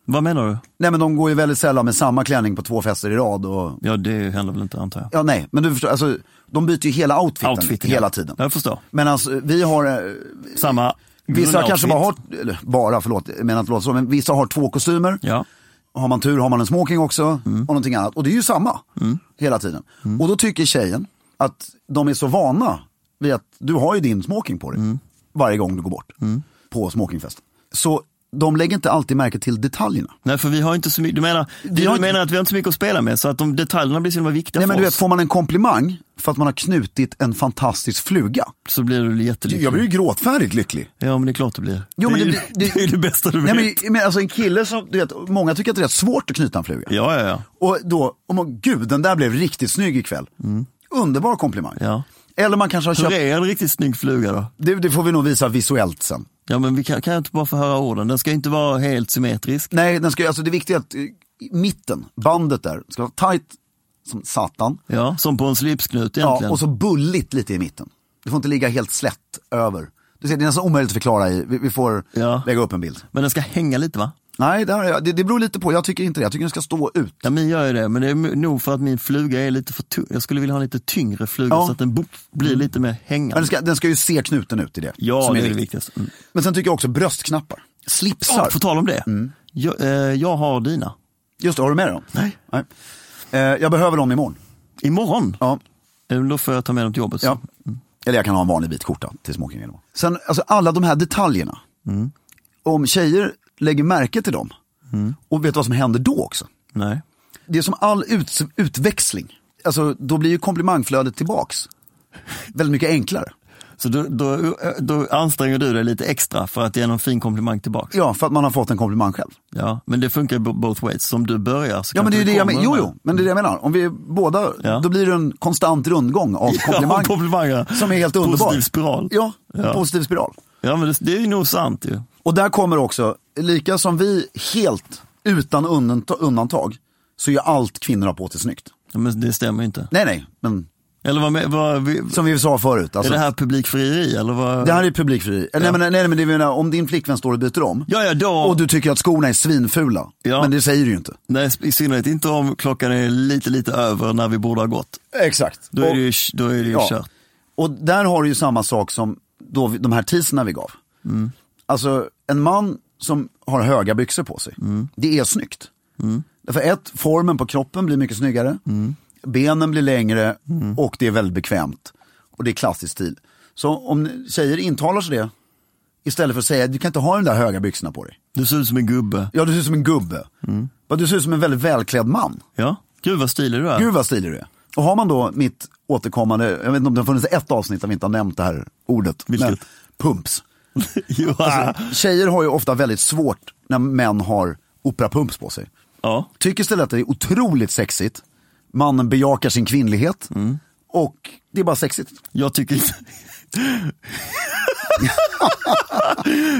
Speaker 2: Vad menar du?
Speaker 6: Nej men de går ju väldigt sällan med samma klänning på två fester i rad. Och,
Speaker 2: Ja, det händer väl inte antar jag.
Speaker 6: ja nej, men du förstår, alltså, de byter ju hela outfiten,
Speaker 2: Outfiten,
Speaker 6: hela
Speaker 2: ja.
Speaker 6: tiden.
Speaker 2: Jag förstår.
Speaker 6: Men alltså, vi har, eh,
Speaker 2: Samma
Speaker 6: vissa kanske
Speaker 2: grundoutfit.
Speaker 6: bara har, eller bara, förlåt, jag menar inte låta så, men vissa har två kostymer.
Speaker 2: Ja.
Speaker 6: Har man tur har man en smoking också och någonting annat. Och det är ju samma hela tiden. Och då tycker tjejen att de är så vana vid att du har ju din smoking på dig varje gång du går bort på smokingfesten. Så de lägger inte alltid märke till detaljerna.
Speaker 2: Nej, för vi har inte så mycket, du menar, du
Speaker 6: har inte-
Speaker 2: menar att vi har inte så mycket att spela med så att de detaljerna blir så himla viktiga
Speaker 6: Nej, men
Speaker 2: för
Speaker 6: du vet,
Speaker 2: oss.
Speaker 6: får man en komplimang för att man har knutit en fantastisk fluga.
Speaker 2: Så blir du jättelycklig.
Speaker 6: Jag blir ju gråtfärdigt lycklig.
Speaker 2: Ja, men det är klart du blir.
Speaker 6: Jo,
Speaker 2: det,
Speaker 6: men
Speaker 2: är ju,
Speaker 6: det- det-
Speaker 2: är ju det bästa du vet.
Speaker 6: Nej, men, men alltså en kille som, du vet, många tycker att det är rätt svårt att knyta en fluga.
Speaker 2: Ja, ja, ja.
Speaker 6: Och då, om man, gud den där blev riktigt snygg ikväll. Underbar komplimang.
Speaker 2: ja.
Speaker 6: Eller man kanske har
Speaker 2: Hur
Speaker 6: köpt
Speaker 2: är en riktigt snygg fluga då?
Speaker 6: Det, det får vi nog visa visuellt sen.
Speaker 2: Ja, men vi kan, kan jag inte bara få höra orden? Den ska ju inte vara helt symmetrisk.
Speaker 6: Nej, den ska, alltså det viktiga är att eh, mitten, bandet där, ska vara tajt som satan.
Speaker 2: Ja, som på en slipsknut egentligen.
Speaker 6: Ja, och så bulligt lite i mitten. Det får inte ligga helt slätt över. Du ser, det är nästan omöjligt att förklara i. Vi, vi får
Speaker 2: Ja.
Speaker 6: lägga upp en bild.
Speaker 2: Men den ska hänga lite va?
Speaker 6: Nej, det, här, är- det, det beror lite på. Jag tycker inte det. Jag tycker den ska stå ut.
Speaker 2: Ja, min gör ju det, men det är nog för att min fluga är lite för tung. Jag skulle vilja ha en lite tyngre fluga
Speaker 6: Ja.
Speaker 2: så att den boop, blir lite mer
Speaker 6: Men den
Speaker 2: hängande.
Speaker 6: ska, den ska ju se knuten ut i det.
Speaker 2: Ja,
Speaker 6: som
Speaker 2: det är det
Speaker 6: viktigt.
Speaker 2: viktigaste. Mm.
Speaker 6: Men sen tycker jag också bröstknappar.
Speaker 2: Ja,
Speaker 6: Slipsar.
Speaker 2: på tal om det.
Speaker 6: Mm.
Speaker 2: Jag, eh, jag har dina.
Speaker 6: Just det, har du med dig dem?
Speaker 2: Nej.
Speaker 6: Nej. Eh, jag behöver dem imorgon.
Speaker 2: Imorgon,
Speaker 6: Ja.
Speaker 2: Eh, då får jag ta med dem till jobbet.
Speaker 6: Ja.
Speaker 2: Ja.
Speaker 6: Eller jag kan ha en vanlig vit skjorta till smoking. Mm. eller vad. Mm. Sen, alltså alla de här detaljerna. Om tjejer lägger märke till dem. Och vet du vad som händer då också?
Speaker 2: Nej.
Speaker 6: Det är som all ut, utväxling. Alltså då blir ju komplimangflödet tillbaks. Väldigt mycket enklare.
Speaker 2: Så då, då, då anstränger du dig lite extra för att ge någon fin komplimang tillbaka.
Speaker 6: Ja, för att man har fått en komplimang själv.
Speaker 2: Ja, men det funkar bo- both ways. Som du börjar så
Speaker 6: Ja, men det
Speaker 2: kanske
Speaker 6: är ju det
Speaker 2: du
Speaker 6: jag menar.
Speaker 2: kommer
Speaker 6: Jo,
Speaker 2: med.
Speaker 6: jo, men det är det jag menar. Om vi är båda,
Speaker 2: Ja.
Speaker 6: då blir det en konstant rundgång *laughs* av
Speaker 2: *laughs* Ja,
Speaker 6: komplimanger.
Speaker 2: komplimanger.
Speaker 6: Som är helt
Speaker 2: Positiv
Speaker 6: underbar.
Speaker 2: spiral.
Speaker 6: Ja,
Speaker 2: Ja.
Speaker 6: positiv spiral.
Speaker 2: Ja, men det, det är ju nog sant ju.
Speaker 6: Och där kommer också, lika som vi helt utan undanta- undantag, så gör allt kvinnor har på sig snyggt.
Speaker 2: Ja, Men det stämmer ju inte.
Speaker 6: Nej, nej, men
Speaker 2: Eller vad, med- vad vi,
Speaker 6: som vi sa förut. Alltså,
Speaker 2: är det här publikfrieri eller vad?
Speaker 6: det här är publikfri. Nej, men, nej, nej, men det menar, om din flickvän står och byter om
Speaker 2: Ja, ja, då.
Speaker 6: och du tycker att skorna är svinfula,
Speaker 2: Ja.
Speaker 6: men det säger du ju inte.
Speaker 2: Nej, i synnerhet inte om klockan är lite, lite över när vi borde ha gått.
Speaker 6: Exakt.
Speaker 2: Då är det ju, då är det ju
Speaker 6: Ja.
Speaker 2: kört.
Speaker 6: Och där har du ju samma sak som då vi, de här teaserna vi gav. Alltså en man som har höga byxor på sig, det är snyggt. Därför ett, formen på kroppen blir mycket snyggare, benen blir längre och det är väldigt bekvämt. Och det är klassisk stil. Så om tjejer intalar sig det, istället för att säga du kan inte ha de där höga byxorna på dig.
Speaker 2: Du ser ut som en gubbe.
Speaker 6: Ja, du ser ut som en gubbe. Va, Du ser ut som en väldigt välklädd man.
Speaker 2: Ja, gud vad stilig du är.
Speaker 6: Gud vad stilig du är. Och har man då mitt återkommande, jag vet inte om det har funnits ett avsnitt där vi inte har nämnt det här ordet.
Speaker 2: Vilket?
Speaker 6: pumps.
Speaker 2: *laughs* Jo, alltså,
Speaker 6: Tjejer har ju ofta väldigt svårt när män har operapumps på sig.
Speaker 2: ja.
Speaker 6: Tycker istället att det är otroligt sexigt. Mannen bejakar sin
Speaker 2: Mm.
Speaker 6: kvinnlighet. Och det är bara sexigt.
Speaker 2: Jag tycker inte... *laughs*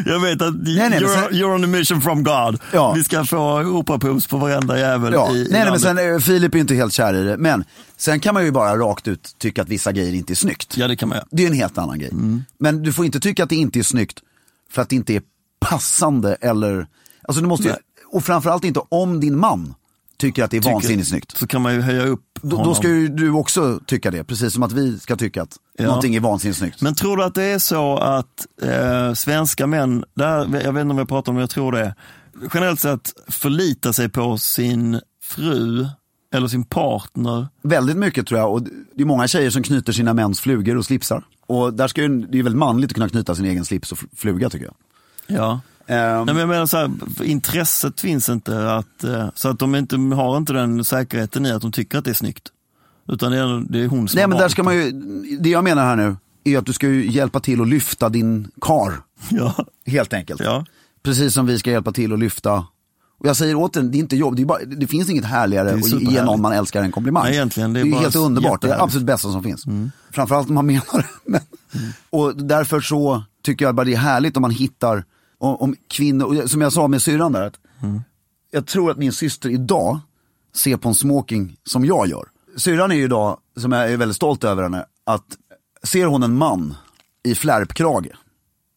Speaker 2: Jag vet att
Speaker 6: nej, men
Speaker 2: you're,
Speaker 6: sen-
Speaker 2: you're on a mission from God.
Speaker 6: Ja.
Speaker 2: Vi ska få operapums på varenda jävel
Speaker 6: Ja.
Speaker 2: i, i
Speaker 6: nej, nej, men
Speaker 2: landet.
Speaker 6: sen, eh, Filip är ju inte helt kär i det. Men sen kan man ju bara rakt ut tycka att vissa grejer inte är snyggt.
Speaker 2: Ja, det kan man göra.
Speaker 6: Det är en helt annan grej.
Speaker 2: Mm.
Speaker 6: Men du får inte tycka att det inte är snyggt för att det inte är passande eller... Alltså, du måste ju...
Speaker 2: Nej.
Speaker 6: Och framförallt inte om din man tycker att det är vansinnigt snyggt.
Speaker 2: Så kan man ju höja upp
Speaker 6: Då, då
Speaker 2: honom.
Speaker 6: ska ju du också tycka det, precis som att vi ska tycka att
Speaker 2: Ja.
Speaker 6: någonting är vansinnigt snyggt.
Speaker 2: Men tror du att det är så att eh, svenska män, där, jag vet inte om jag pratar om det, jag tror det, generellt sett förlita sig på sin fru eller sin partner.
Speaker 6: Väldigt mycket tror jag. Och det är många tjejer som knyter sina mäns flugor och slipsar. Och där ska ju, det är ju väldigt manligt att kunna knyta sin egen slips och fl- fluga tycker jag.
Speaker 2: Ja.
Speaker 6: Ehm,
Speaker 2: Nej, men jag menar så här, intresset finns inte, att, eh, så att de inte, har inte den säkerheten i att de tycker att det är snyggt. Utan det är, det är hon som
Speaker 6: Nej
Speaker 2: har
Speaker 6: men där
Speaker 2: valt
Speaker 6: ska man ju, det jag menar här nu är att du ska ju hjälpa till att lyfta din kar
Speaker 2: det. Ja,
Speaker 6: helt enkelt.
Speaker 2: ja.
Speaker 6: Precis som vi ska hjälpa till att lyfta. Och jag säger återigen, det är inte jobb, det, är bara, det finns inget härligare
Speaker 2: är
Speaker 6: att ge
Speaker 2: superhärligt.
Speaker 6: någon man älskar en komplimang.
Speaker 2: Nej, egentligen, det är
Speaker 6: ju
Speaker 2: bara
Speaker 6: helt underbart, det är det
Speaker 2: jättehärligt. Mm.
Speaker 6: absolut bästa som finns. Framförallt om man menar det. Men, Och därför så tycker jag bara det är härligt om man hittar, om, om kvinnor, och jag- som jag sa med syrran där, att
Speaker 2: Mm.
Speaker 6: jag tror att min syster idag ser på en smoking som jag gör. Syrran är ju idag, som jag är väldigt stolt över henne, att ser hon en man i flärpkrage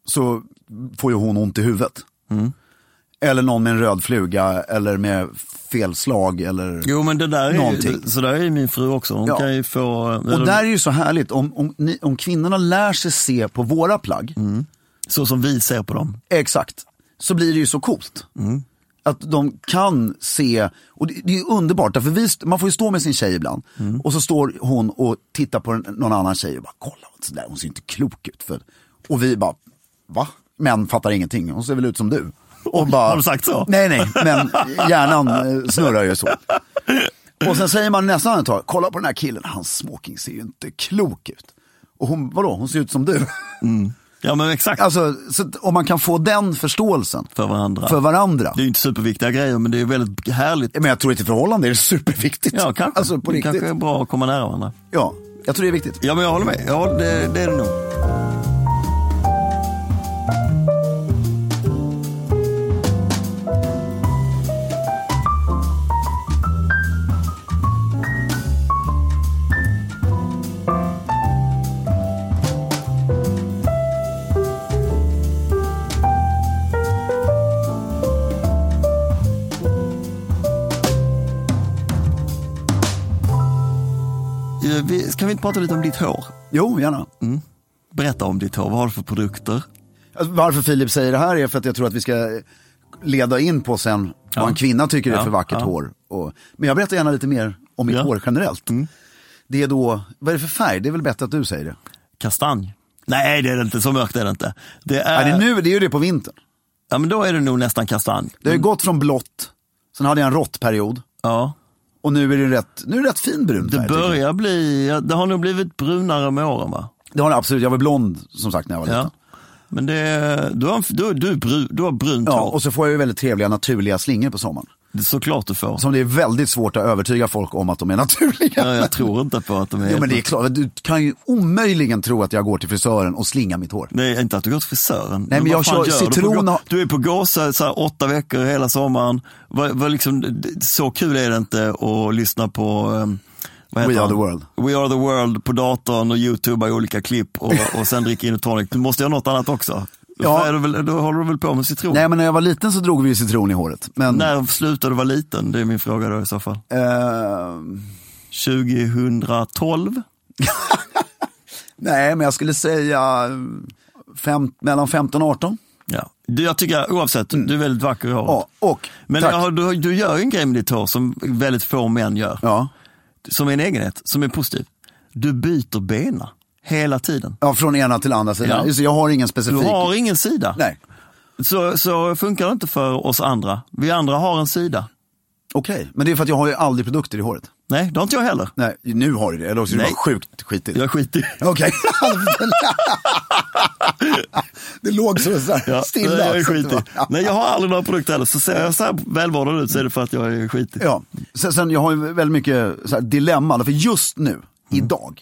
Speaker 6: så får ju hon ont i huvudet. Eller någon med en röd fluga eller med fel slag eller...
Speaker 2: Jo men det där är ju,
Speaker 6: Någonting.
Speaker 2: så där är ju min fru också. Hon
Speaker 6: Ja.
Speaker 2: kan ju få...
Speaker 6: Och där är ju så härligt, om, om, ni, om kvinnorna lär sig se på våra plagg,
Speaker 2: Så som vi ser på dem.
Speaker 6: exakt, så blir det ju så coolt.
Speaker 2: Mm.
Speaker 6: Att de kan se, och det, det är ju underbart, därför vi, st- man får ju stå med sin tjej ibland
Speaker 2: Mm.
Speaker 6: och så står hon och tittar på en, någon annan tjej och bara kolla, så där, hon ser inte klok ut. För, och vi bara, va? Män fattar ingenting, hon ser väl ut som du. Och bara,
Speaker 2: Har de sagt så?
Speaker 6: Nej, nej, men hjärnan eh, snurrar ju så. Och sen säger man i nästa andetag, kolla på den här killen, hans smoking ser ju inte klok ut. Och hon, vadå, hon ser ut som du.
Speaker 2: Ja men exakt,
Speaker 6: Alltså, så att om man kan få den förståelsen
Speaker 2: för varandra.
Speaker 6: för varandra.
Speaker 2: Det är ju inte superviktiga grejer men det är väldigt härligt.
Speaker 6: Men jag tror att i förhållande är det superviktigt.
Speaker 2: Ja kanske,
Speaker 6: Alltså på
Speaker 2: det
Speaker 6: riktigt.
Speaker 2: kanske är bra att komma nära varandra.
Speaker 6: Ja, jag tror det är viktigt.
Speaker 2: Ja men jag håller med, ja, det, det är det nog. Eh, vi- Ska vi inte prata lite om ditt hår?
Speaker 6: Jo, gärna.
Speaker 2: Mm. Berätta om ditt hår, vad har du för produkter?
Speaker 6: Alltså, varför Filip säger det här är för att jag tror att vi ska leda in på sen vad en kvinna tycker är
Speaker 2: Ja,
Speaker 6: för vackert
Speaker 2: ja.
Speaker 6: hår. Och, men jag berättar gärna lite mer om mitt
Speaker 2: Ja. Mm.
Speaker 6: hår generellt. Det är då, vad är det för färg? Det är väl bättre att du säger det.
Speaker 2: Kastanj? Nej det är det inte, så mörkt är det inte. Det är,
Speaker 6: Nej, det, är nu, det är ju det på vintern.
Speaker 2: Ja men då är det nog nästan kastanj.
Speaker 6: Det har ju gått från blått, sen hade jag en råttperiod
Speaker 2: Ja.
Speaker 6: och nu är det rätt, nu är det rätt fin brun
Speaker 2: Det
Speaker 6: färg. tycker jag.
Speaker 2: börjar bli, ja, det har nog blivit brunare med åren va?
Speaker 6: det har det absolut, jag var blond som sagt när jag var liten.
Speaker 2: Ja. Men det, du, har, du, du, är bru- du har brunt
Speaker 6: Ja,
Speaker 2: hår.
Speaker 6: och så får jag ju väldigt trevliga naturliga slingor på sommaren.
Speaker 2: Det är Såklart du får.
Speaker 6: Som det är väldigt svårt att övertyga folk om att de är *laughs* naturliga.
Speaker 2: Ja, jag tror inte på att de är...
Speaker 6: Jo men det är klart, du kan ju omöjligen tro att jag går till frisören och slingar mitt hår.
Speaker 2: Nej, inte att du går till frisören. Nej,
Speaker 6: men jag kör citron
Speaker 2: Du, på
Speaker 6: och-
Speaker 2: gå- du är på Gåsa så här, åtta veckor hela sommaren. Vad- vad liksom, d- så kul är det inte att lyssna på ehm, vad heter
Speaker 6: We Are
Speaker 2: han?
Speaker 6: The World.
Speaker 2: We Are The World på datorn och youtuba i olika klipp och,
Speaker 6: *laughs*
Speaker 2: och sen dricka gin och tonic. Du måste göra något annat också.
Speaker 6: Ja.
Speaker 2: Då, är du väl, då håller du väl på med citron?
Speaker 6: Nej men när jag var liten så drog vi ju citron i håret. Men,
Speaker 2: När slutade du vara liten? Det är min fråga då i så fall.
Speaker 6: eh,
Speaker 2: 2012?
Speaker 6: nej men jag skulle säga eh, fem, mellan 15 och 18.
Speaker 2: Ja. Du, jag tycker oavsett, du är väldigt vacker i håret.
Speaker 6: Mm. Ja, och,
Speaker 2: Men
Speaker 6: tack.
Speaker 2: jag har, du, har- du gör ju en grej med ditt hår som väldigt få män gör.
Speaker 6: Ja.
Speaker 2: Som är en egenhet, som är positiv. Du byter bena hela tiden.
Speaker 6: ja, från ena till andra sidan.
Speaker 2: Ja.
Speaker 6: Just det, jag har ingen
Speaker 2: Du
Speaker 6: specifik.
Speaker 2: har ingen sida.
Speaker 6: Nej,
Speaker 2: Så, så funkar det inte för oss andra. Vi andra har en sida.
Speaker 6: okej. Men det är för att jag har ju aldrig produkter i håret.
Speaker 2: Nej, det har inte jag heller.
Speaker 6: Nej, nu har du det. Eller också är det
Speaker 2: Nej.
Speaker 6: bara sjukt skitigt.
Speaker 2: Jag skiter i
Speaker 6: Okej. *laughs* det låg så, så här,
Speaker 2: Ja,
Speaker 6: stilla.
Speaker 2: Jag är
Speaker 6: Så att det
Speaker 2: skitig.
Speaker 6: var-
Speaker 2: Nej, jag har aldrig några produkter heller. Så ser jag så här välvårdad ut så är det för att jag är skitig. Mm.
Speaker 6: Ja, sen, sen jag har ju väldigt mycket så här, dilemma, för just nu, idag,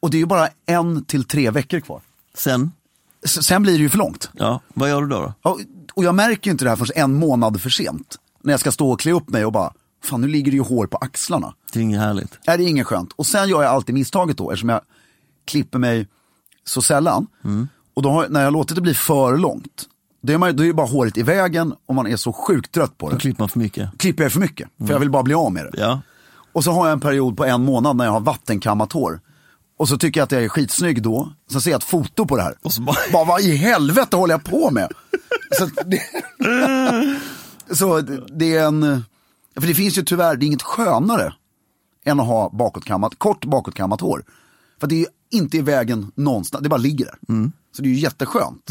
Speaker 6: Och det är ju bara en till tre veckor kvar.
Speaker 2: Sen,
Speaker 6: S- Sen blir det ju för långt.
Speaker 2: ja, vad gör du då? då?
Speaker 6: Ja, Och jag märker ju inte det här förrän en månad för sent. När jag ska stå och klä upp mig och bara, fan nu ligger det ju hår på axlarna.
Speaker 2: Det är inget härligt.
Speaker 6: Är det inget skönt? Och sen gör jag alltid misstaget då, eftersom jag klipper mig så sällan. Och då har, när jag låter det bli för långt, då är, man, då är ju bara håret i vägen och man är så sjukt trött på
Speaker 2: Då
Speaker 6: det.
Speaker 2: klipper man för mycket.
Speaker 6: klipper jag för mycket, för jag vill bara bli av med det.
Speaker 2: Ja.
Speaker 6: Och så har jag en period på en månad när jag har vattenkammat hår. Och så tycker jag att jag är skitsnygg då. Sen ser jag ett foto på det här.
Speaker 2: Och så bara-
Speaker 6: bara vad i helvete håller jag
Speaker 2: *laughs*
Speaker 6: på med? så, att det... *laughs* så det är en... För det finns ju tyvärr, det är inget skönare än att ha bakåtkammat, kort bakåtkammat hår. För det är ju inte i vägen någonstans, det bara ligger där.
Speaker 2: Mm.
Speaker 6: Så det är ju jätteskönt.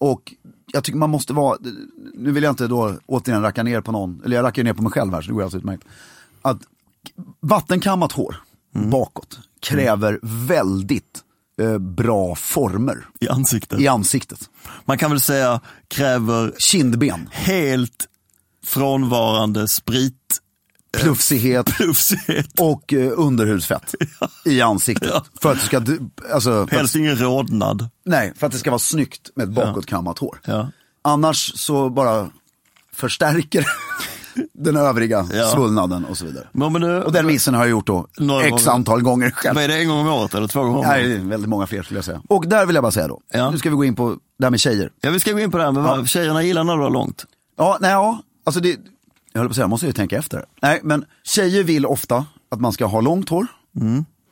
Speaker 6: Och jag tycker man måste vara, nu vill jag inte då återigen racka ner på någon, eller jag rackar ju ner på mig själv här så det går alldeles utmärkt. Att vattenkammat hår
Speaker 2: Mm.
Speaker 6: bakåt kräver väldigt eh, bra former
Speaker 2: I ansiktet.
Speaker 6: i ansiktet.
Speaker 2: Man kan väl säga kräver
Speaker 6: Kindben,
Speaker 2: helt frånvarande *laughs* spritplufsighet. *laughs*
Speaker 6: plufsighet och eh, underhudsfett i ansiktet.
Speaker 2: Ja.
Speaker 6: För att det ska, du- alltså, för att,
Speaker 2: Helst ingen rodnad.
Speaker 6: nej, för att det ska vara snyggt med ett bakåtkammat hår.
Speaker 2: Ja.
Speaker 6: Annars så bara förstärker *laughs* den övriga
Speaker 2: Ja.
Speaker 6: svullnaden och så vidare.
Speaker 2: Men, men, du,
Speaker 6: Och den missen har jag gjort då
Speaker 2: Några
Speaker 6: x
Speaker 2: gånger.
Speaker 6: antal gånger själv.
Speaker 2: vad är det en gång om året eller två gånger om året?
Speaker 6: Nej, väldigt många fler skulle jag säga. Och där vill jag bara säga då,
Speaker 2: Ja.
Speaker 6: nu ska vi gå in på det här med tjejer.
Speaker 2: Ja, vi ska gå in på det här med vad tjejerna gillar när du har långt.
Speaker 6: Ja, nej, ja, alltså det, jag höll på att säga, jag måste ju tänka efter. Nej, men tjejer vill ofta att man ska ha långt hår.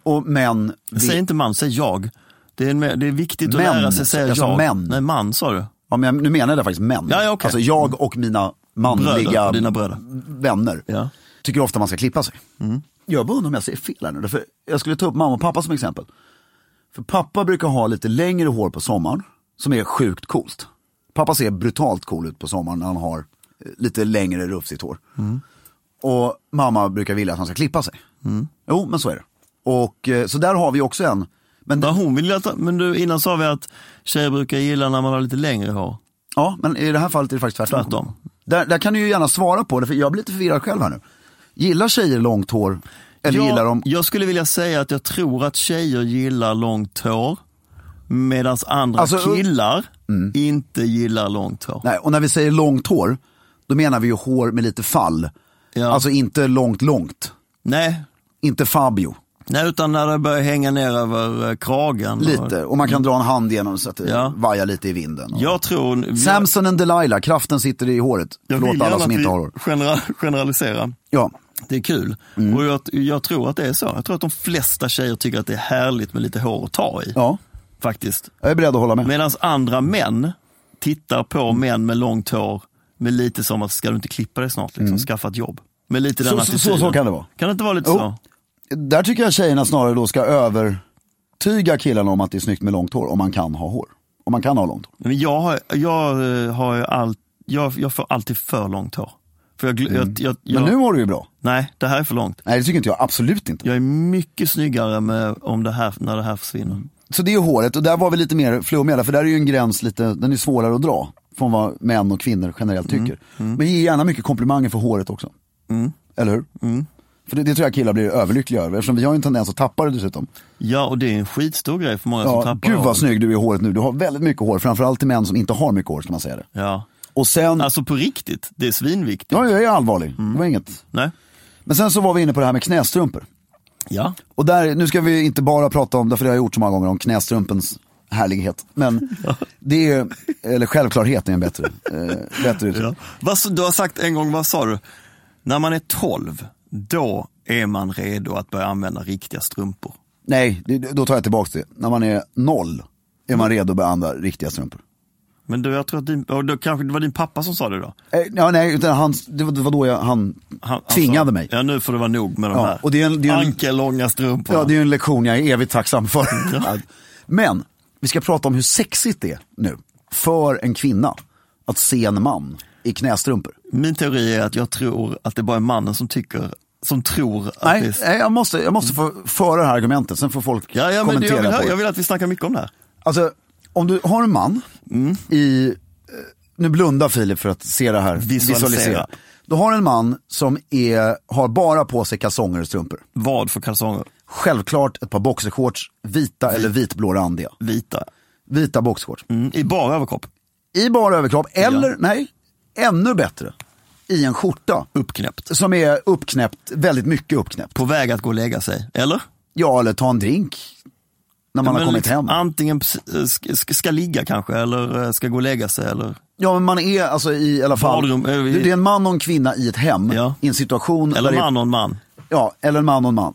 Speaker 6: Och män
Speaker 2: Säg
Speaker 6: vill,
Speaker 2: inte man, säg jag. Det är, en, det är viktigt att
Speaker 6: Män,
Speaker 2: lära sig säga
Speaker 6: alltså
Speaker 2: jag.
Speaker 6: män.
Speaker 2: Nej, man sa du.
Speaker 6: ja, men jag, nu menar jag faktiskt män.
Speaker 2: Ja, ja, okej.
Speaker 6: Alltså jag och mina manliga
Speaker 2: Bröder, dina bröder.
Speaker 6: vänner
Speaker 2: Ja. Mm.
Speaker 6: tycker ofta man ska klippa sig. Jag bara undrar om jag säger fel här nu. För jag skulle ta upp mamma och pappa som exempel. För pappa brukar ha lite längre hår på sommaren, som är sjukt coolt. Pappa ser brutalt cool ut på sommaren när han har eh, lite längre rufsigt hår.
Speaker 2: Mm.
Speaker 6: Och mamma brukar vilja att han ska klippa sig.
Speaker 2: Mm.
Speaker 6: Jo, men så är det. Och eh, så där har vi också en. Men,
Speaker 2: Ja, hon vill att, men du, innan sa vi att tjejer brukar gilla när man har lite längre hår.
Speaker 6: ja, men i det här fallet är det faktiskt tvärtom.
Speaker 2: Tvärtom.
Speaker 6: Där, där kan du ju gärna svara på det, för jag blir lite förvirrad själv här nu. Gillar tjejer långt hår? Eller
Speaker 2: jag,
Speaker 6: gillar de
Speaker 2: jag skulle vilja säga att jag tror att tjejer gillar långt hår. Medan andra
Speaker 6: Alltså, Mm.
Speaker 2: killar inte gillar långt hår.
Speaker 6: Nej, och när vi säger långt hår, då menar vi ju hår med lite fall.
Speaker 2: Ja.
Speaker 6: Alltså inte långt, långt.
Speaker 2: Nej.
Speaker 6: Inte Fabio,
Speaker 2: Nej, utan när det börjar hänga ner över eh, kragen.
Speaker 6: lite. Och man kan dra en hand igenom så att det
Speaker 2: Mm. Ja.
Speaker 6: vajar lite i vinden. Och...
Speaker 2: Jag tror...
Speaker 6: Samson and Delilah, kraften sitter i håret.
Speaker 2: jag, jag
Speaker 6: Förlåt
Speaker 2: vill
Speaker 6: alla
Speaker 2: gärna att
Speaker 6: som inte
Speaker 2: vi
Speaker 6: har hår.
Speaker 2: Genera, generalisera.
Speaker 6: Ja,
Speaker 2: Det är kul.
Speaker 6: Mm.
Speaker 2: Och jag, jag tror att det är så. Jag tror att de flesta tjejer tycker att det är härligt med lite hår att ta i.
Speaker 6: ja,
Speaker 2: Faktiskt.
Speaker 6: jag är beredd att hålla med.
Speaker 2: Medan andra män tittar på män med långt hår med lite som att ska du inte klippa dig snart, liksom, skaffa ett jobb. Med lite den
Speaker 6: Mm. Så- så-
Speaker 2: attityden.
Speaker 6: så- så kan det vara.
Speaker 2: Kan det inte vara lite
Speaker 6: Jo.
Speaker 2: så?
Speaker 6: Där tycker jag tjejerna snarare då ska övertyga killarna om att det är snyggt med långt hår, om man kan ha hår. Om man kan ha långt hår.
Speaker 2: Men jag, har, jag, eh, har ju all, jag, jag får alltid för långt hår. För jag, gl- jag, jag, jag,
Speaker 6: Mm. Men nu har du ju bra.
Speaker 2: Nej, det här är för långt.
Speaker 6: Nej, det tycker inte jag. Absolut inte.
Speaker 2: Jag är mycket snyggare med, om det här, när det här försvinner.
Speaker 6: Så det är håret och där var vi lite mer flummiga, för där är ju en gräns lite, den är svårare att dra. Från vad män
Speaker 2: Mm. Mm.
Speaker 6: och kvinnor generellt tycker. Men ge gärna mycket komplimanger för håret också. Eller hur? För det, det tror jag killar blir överlyckliga över. Eftersom vi har ju en tendens att tappa det dessutom.
Speaker 2: Ja, och det är en skitstor grej för många som
Speaker 6: Ja,
Speaker 2: tappar
Speaker 6: gud
Speaker 2: håret.
Speaker 6: vad snygg du är i håret nu. Du har väldigt mycket hår. Framförallt till män som inte har mycket hår ska man säga det.
Speaker 2: Ja.
Speaker 6: Och sen,
Speaker 2: Alltså Mm. på riktigt, det är svinviktigt.
Speaker 6: ja jag är allvarlig. Det var inget.
Speaker 2: Nej?
Speaker 6: Men sen så var vi inne på det här med knästrumpor.
Speaker 2: Ja.
Speaker 6: Och där, nu ska vi inte bara prata om, därför det har jag gjort så många gånger, om knästrumpens härlighet.
Speaker 2: *laughs*
Speaker 6: Men det är, eller självklarhet är en bättre, eh, bättre uttryck.
Speaker 2: ja. Vad, du har sagt en gång, vad sa du? När man är 12, då är man redo att börja använda riktiga strumpor.
Speaker 6: Nej, det, då tar jag tillbaka det. När man är noll är man redo att börja använda riktiga strumpor.
Speaker 2: Men du, jag tror att din, och då kanske det var din pappa som sa det då?
Speaker 6: Eh, ja, nej, utan han, det var, det var då jag, han,
Speaker 2: Han- han
Speaker 6: tvingade
Speaker 2: sa,
Speaker 6: mig.
Speaker 2: Ja, nu får det vara nog med de
Speaker 6: Ja,
Speaker 2: här
Speaker 6: och det är en- det är en-
Speaker 2: ankellånga strumporna.
Speaker 6: Ja, det är ju en lektion jag är evigt tacksam för. *laughs* Men, vi ska prata om hur sexigt det är nu, för en kvinna, att se en man i knästrumpor.
Speaker 2: Min teori är att jag tror att det bara är mannen som tycker, som tror att
Speaker 6: Nej, eh,
Speaker 2: det är...
Speaker 6: nej jag, måste, jag måste få föra det här argumentet, sen får folk
Speaker 2: Ja, ja, men det- jag,
Speaker 6: kommentera
Speaker 2: vill,
Speaker 6: på
Speaker 2: ha-
Speaker 6: det.
Speaker 2: jag vill att vi snackar mycket om det här.
Speaker 6: Alltså, om du har en man
Speaker 2: Mm.
Speaker 6: i, eh, nu blundar Filip för att se det här,
Speaker 2: Visualisera.
Speaker 6: Du har en man som är, har bara på sig kalsonger och strumpor.
Speaker 2: Vad för kalsonger?
Speaker 6: Självklart ett par boxershorts, vita eller vitblå randiga.
Speaker 2: Vita.
Speaker 6: Vita boxershorts.
Speaker 2: Mm, I bara överkropp.
Speaker 6: I bara överkropp, eller nej, ännu bättre, i en skjorta.
Speaker 2: Uppknäppt.
Speaker 6: Som är uppknäppt, väldigt mycket uppknäppt.
Speaker 2: På väg att gå och lägga sig, eller?
Speaker 6: Ja, eller ta en drink när man
Speaker 2: Men
Speaker 6: har kommit
Speaker 2: liksom,
Speaker 6: hem.
Speaker 2: Antingen ps- ska, ska- ska ligga kanske, eller eh, ska gå och lägga sig, eller,
Speaker 6: Ja men man är alltså i, i alla fall,
Speaker 2: Badrum, eh, vi-
Speaker 6: det, det är en man och en kvinna i ett hem,
Speaker 2: Ja.
Speaker 6: i en situation.
Speaker 2: eller
Speaker 6: där det är-
Speaker 2: man och en man.
Speaker 6: Ja, eller en man och en man.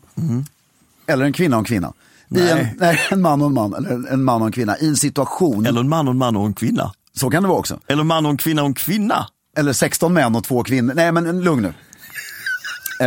Speaker 6: Eller en kvinna och en kvinna. I en,
Speaker 2: Nej.
Speaker 6: nej, en man och en man, eller en- en man och en kvinna i en situation.
Speaker 2: Eller en man och en man och en kvinna.
Speaker 6: Så kan det vara också.
Speaker 2: Eller en man och en kvinna och en kvinna.
Speaker 6: Eller 16 män och två kvinnor. Nej men lugn nu. Eh,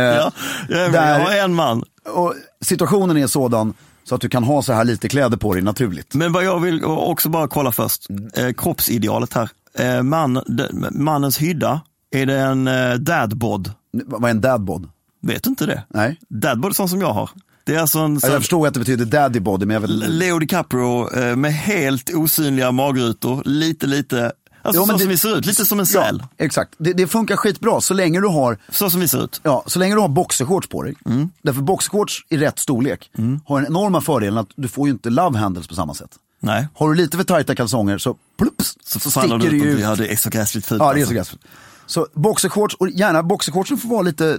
Speaker 2: *laughs* Ja, jag,
Speaker 6: där-
Speaker 2: jag har en man.
Speaker 6: Eh, och situationen är sådan så att du kan ha så här lite kläder på dig naturligt.
Speaker 2: Men vad jag vill också bara kolla först,
Speaker 6: Mm.
Speaker 2: eh, kroppsidealet här. Eh, man, d- mannens hydda, är det en eh, dadbod?
Speaker 6: N- Vad är en dadbod?
Speaker 2: Vet du inte det?
Speaker 6: Nej.
Speaker 2: Dadbod är sån som jag har. Det är alltså en
Speaker 6: Ja,
Speaker 2: sån,
Speaker 6: Jag förstår att det betyder daddy body men jag vet inte.
Speaker 2: Leo DiCaprio eh, med helt osynliga magrutor, lite lite, alltså
Speaker 6: Jo,
Speaker 2: så
Speaker 6: men
Speaker 2: som
Speaker 6: det-
Speaker 2: vi ser ut, lite som en säl.
Speaker 6: Ja, exakt, det, det funkar skitbra så länge du har
Speaker 2: Så som vi ser ut.
Speaker 6: Ja, så länge du har boxershorts på dig.
Speaker 2: Mm.
Speaker 6: Därför boxershorts i rätt storlek har den enorma fördelen att du får ju inte love handles på samma sätt.
Speaker 2: Nej,
Speaker 6: Har du lite för tajta kalsonger så plups,
Speaker 2: så,
Speaker 6: så,
Speaker 2: så
Speaker 6: sticker
Speaker 2: faller
Speaker 6: det
Speaker 2: du ut.
Speaker 6: ju
Speaker 2: Ja, det är så gräsligt fult.
Speaker 6: Ja, det är
Speaker 2: alltså.
Speaker 6: så gräsligt. Så boxershorts, och gärna boxershortsen får vara lite,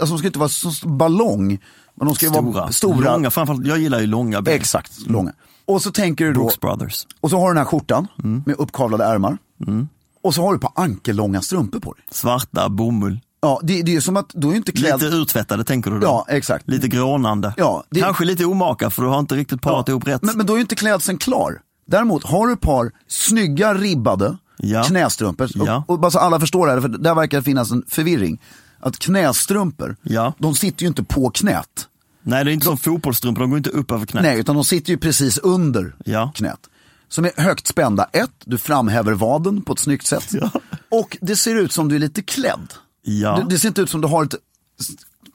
Speaker 6: alltså de ska inte vara så så ballong. Men de ska ju
Speaker 2: Stora,
Speaker 6: vara stora.
Speaker 2: långa, framförallt, jag gillar ju långa ben.
Speaker 6: Exakt, långa. Och så tänker du då,
Speaker 2: Brooks Brothers. Mm.
Speaker 6: och så har du den här skjortan med uppkavlade ärmar. Och så har du ett par ankellånga strumpor på dig.
Speaker 2: Svarta, bomull.
Speaker 6: Ja, det, det är ju som att, då är ju inte klädd...
Speaker 2: Lite urtvättade tänker du då?
Speaker 6: Ja, exakt.
Speaker 2: Lite grånande.
Speaker 6: Ja, det-
Speaker 2: Kanske lite omaka för du har inte riktigt parat ihop rätt.
Speaker 6: Men, men då är ju inte klädseln klar. Däremot har du ett par snygga ribbade
Speaker 2: Ja.
Speaker 6: knästrumpor. Och,
Speaker 2: Ja.
Speaker 6: och bara så alla förstår det här, för där verkar det finnas en förvirring. Att knästrumpor,
Speaker 2: Ja.
Speaker 6: de sitter ju inte på knät.
Speaker 2: Nej, det är inte som fotbollsstrumpor, de går inte upp över knät.
Speaker 6: Nej, utan de sitter ju precis under
Speaker 2: Ja.
Speaker 6: knät. Som är högt spända. Ett, du framhäver vaden på ett snyggt sätt.
Speaker 2: Ja.
Speaker 6: Och det ser ut som du är lite klädd.
Speaker 2: Ja.
Speaker 6: Det, det ser inte ut som du har ett s-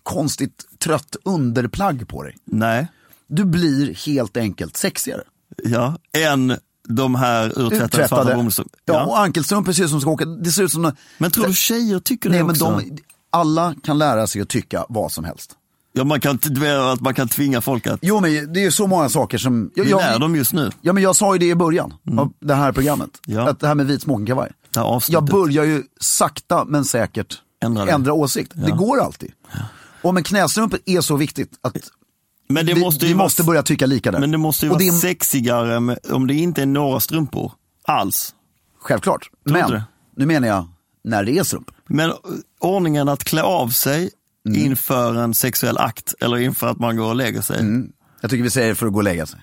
Speaker 6: konstigt trött underplagg på dig.
Speaker 2: Nej.
Speaker 6: Du blir helt enkelt sexigare.
Speaker 2: Ja. Än de här urtvättade, svarta
Speaker 6: Uttvättade.
Speaker 2: bomullstrumporna.
Speaker 6: Ja.
Speaker 2: Ja.
Speaker 6: och ankelstrumpor ser ut som ska åka. Det ser ut som...
Speaker 2: Men tror du tjejer tycker
Speaker 6: Nej,
Speaker 2: det
Speaker 6: men
Speaker 2: också?
Speaker 6: de, alla kan lära sig att tycka vad som helst.
Speaker 2: Ja, man kan, du vet, att man kan tvinga folk att...
Speaker 6: Jo, men det är ju så många saker som... Jag,
Speaker 2: Vi lär
Speaker 6: jag,
Speaker 2: dem just nu.
Speaker 6: ja, men jag sa ju det i början av det här programmet.
Speaker 2: Ja.
Speaker 6: Att det här med vit smockingkavaj.
Speaker 2: Det här avsnittet.
Speaker 6: Jag börjar ju sakta men säkert
Speaker 2: Ändra
Speaker 6: ändra,
Speaker 2: det.
Speaker 6: åsikt. Det går alltid. Och men knästrumpor är så viktigt att
Speaker 2: Men det
Speaker 6: vi,
Speaker 2: måste ju
Speaker 6: vi
Speaker 2: vara-
Speaker 6: måste börja tycka lika där.
Speaker 2: Men det måste ju
Speaker 6: Och
Speaker 2: vara
Speaker 6: det är-
Speaker 2: sexigare med, om det inte är några strumpor alls.
Speaker 6: Självklart.
Speaker 2: du inte
Speaker 6: Men,
Speaker 2: det?
Speaker 6: nu menar jag när det är strumpor.
Speaker 2: Men eh, ordningen att klä av sig
Speaker 6: Mm.
Speaker 2: inför en sexuell akt eller inför att man går och lägger sig.
Speaker 6: Jag tycker vi säger det för att gå och lägga sig.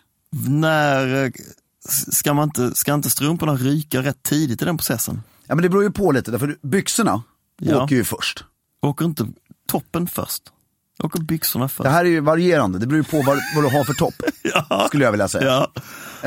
Speaker 2: När eh, ska, man inte, ska inte strumporna ryka rätt tidigt i den processen?
Speaker 6: Ja men det beror ju på lite, därför byxorna
Speaker 2: Ja.
Speaker 6: åker ju först.
Speaker 2: Åker inte toppen först? Åker byxorna först?
Speaker 6: Det här är ju varierande, det beror ju på vad, vad du har för topp. Skulle jag vilja säga.
Speaker 2: *laughs* Ja,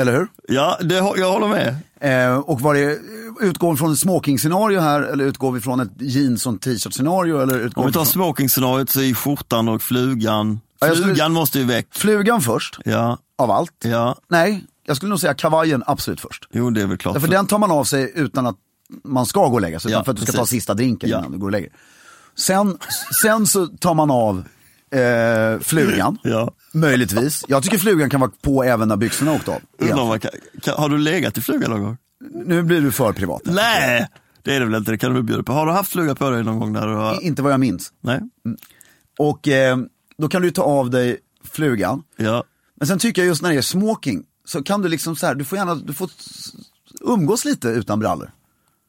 Speaker 6: Eller hur?
Speaker 2: ja det, hå- jag håller med.
Speaker 6: Eh, och vad det, utgår vi från ett smoking-scenario här eller utgår vi från ett jeans och en t-shirt-scenario? Eller utgår
Speaker 2: Om vi tar
Speaker 6: från...
Speaker 2: smoking-scenariot så är skjortan och flugan.
Speaker 6: Ja, jag
Speaker 2: Flugan
Speaker 6: skulle-
Speaker 2: måste ju väck.
Speaker 6: Flugan först,
Speaker 2: Ja,
Speaker 6: av allt.
Speaker 2: ja.
Speaker 6: Nej, jag skulle nog säga kavajen absolut först.
Speaker 2: Jo, det är väl klart.
Speaker 6: Därför den tar man av sig utan att man ska gå och lägga sig, utan
Speaker 2: Ja,
Speaker 6: för att du ska
Speaker 2: precis.
Speaker 6: ta sista drinken
Speaker 2: Ja.
Speaker 6: innan du går och lägger dig. Sen, sen så tar man av eh, flugan,
Speaker 2: Ja.
Speaker 6: möjligtvis. Jag tycker flugan kan vara på även när byxorna har åkt av.
Speaker 2: Undrar
Speaker 6: Ja.
Speaker 2: om man kan, kan, har du legat i fluga någon gång?
Speaker 6: Nu blir du för privat.
Speaker 2: Mm. Nej, det är det väl inte. Det kan du väl bjuda på. Har du haft fluga på dig någon gång? När du har...
Speaker 6: I- Inte vad jag minns.
Speaker 2: Nej.
Speaker 6: Och eh, då kan du ju ta av dig flugan.
Speaker 2: Ja.
Speaker 6: Men sen tycker jag just när det är smoking, så kan du liksom så här, du får gärna, du får s- umgås lite utan brallor.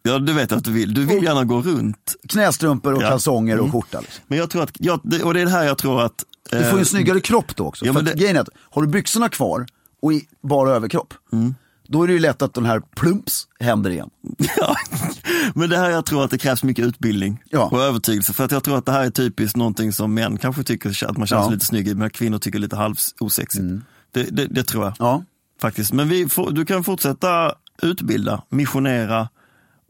Speaker 2: ja, du vet att du vill. Du
Speaker 6: Oh.
Speaker 2: vill gärna gå runt.
Speaker 6: Knästrumpor och
Speaker 2: Ja. Mm.
Speaker 6: kalsonger och skjorta. Liksom.
Speaker 2: Men jag tror att, ja, det, och det är det här jag tror att...
Speaker 6: Du *laughs* får
Speaker 2: eh,
Speaker 6: ju en snyggare kropp då också.
Speaker 2: Ja,
Speaker 6: för
Speaker 2: men
Speaker 6: att
Speaker 2: det-
Speaker 6: grejen är att har du byxorna kvar och i bara överkropp,
Speaker 2: Mm.
Speaker 6: då är det ju lätt att den här plumps händer igen.
Speaker 2: Ja. *laughs* Men det här jag tror att det krävs mycket utbildning
Speaker 6: Ja.
Speaker 2: och övertygelse. För att jag tror att det här är typiskt någonting som män kanske tycker att man känner sig
Speaker 6: Ja. Mm.
Speaker 2: lite snygg i, men kvinnor tycker lite halvt osexigt. Det, det, det tror jag
Speaker 6: Ja.
Speaker 2: faktiskt. Men vi får, du kan fortsätta utbilda, missionera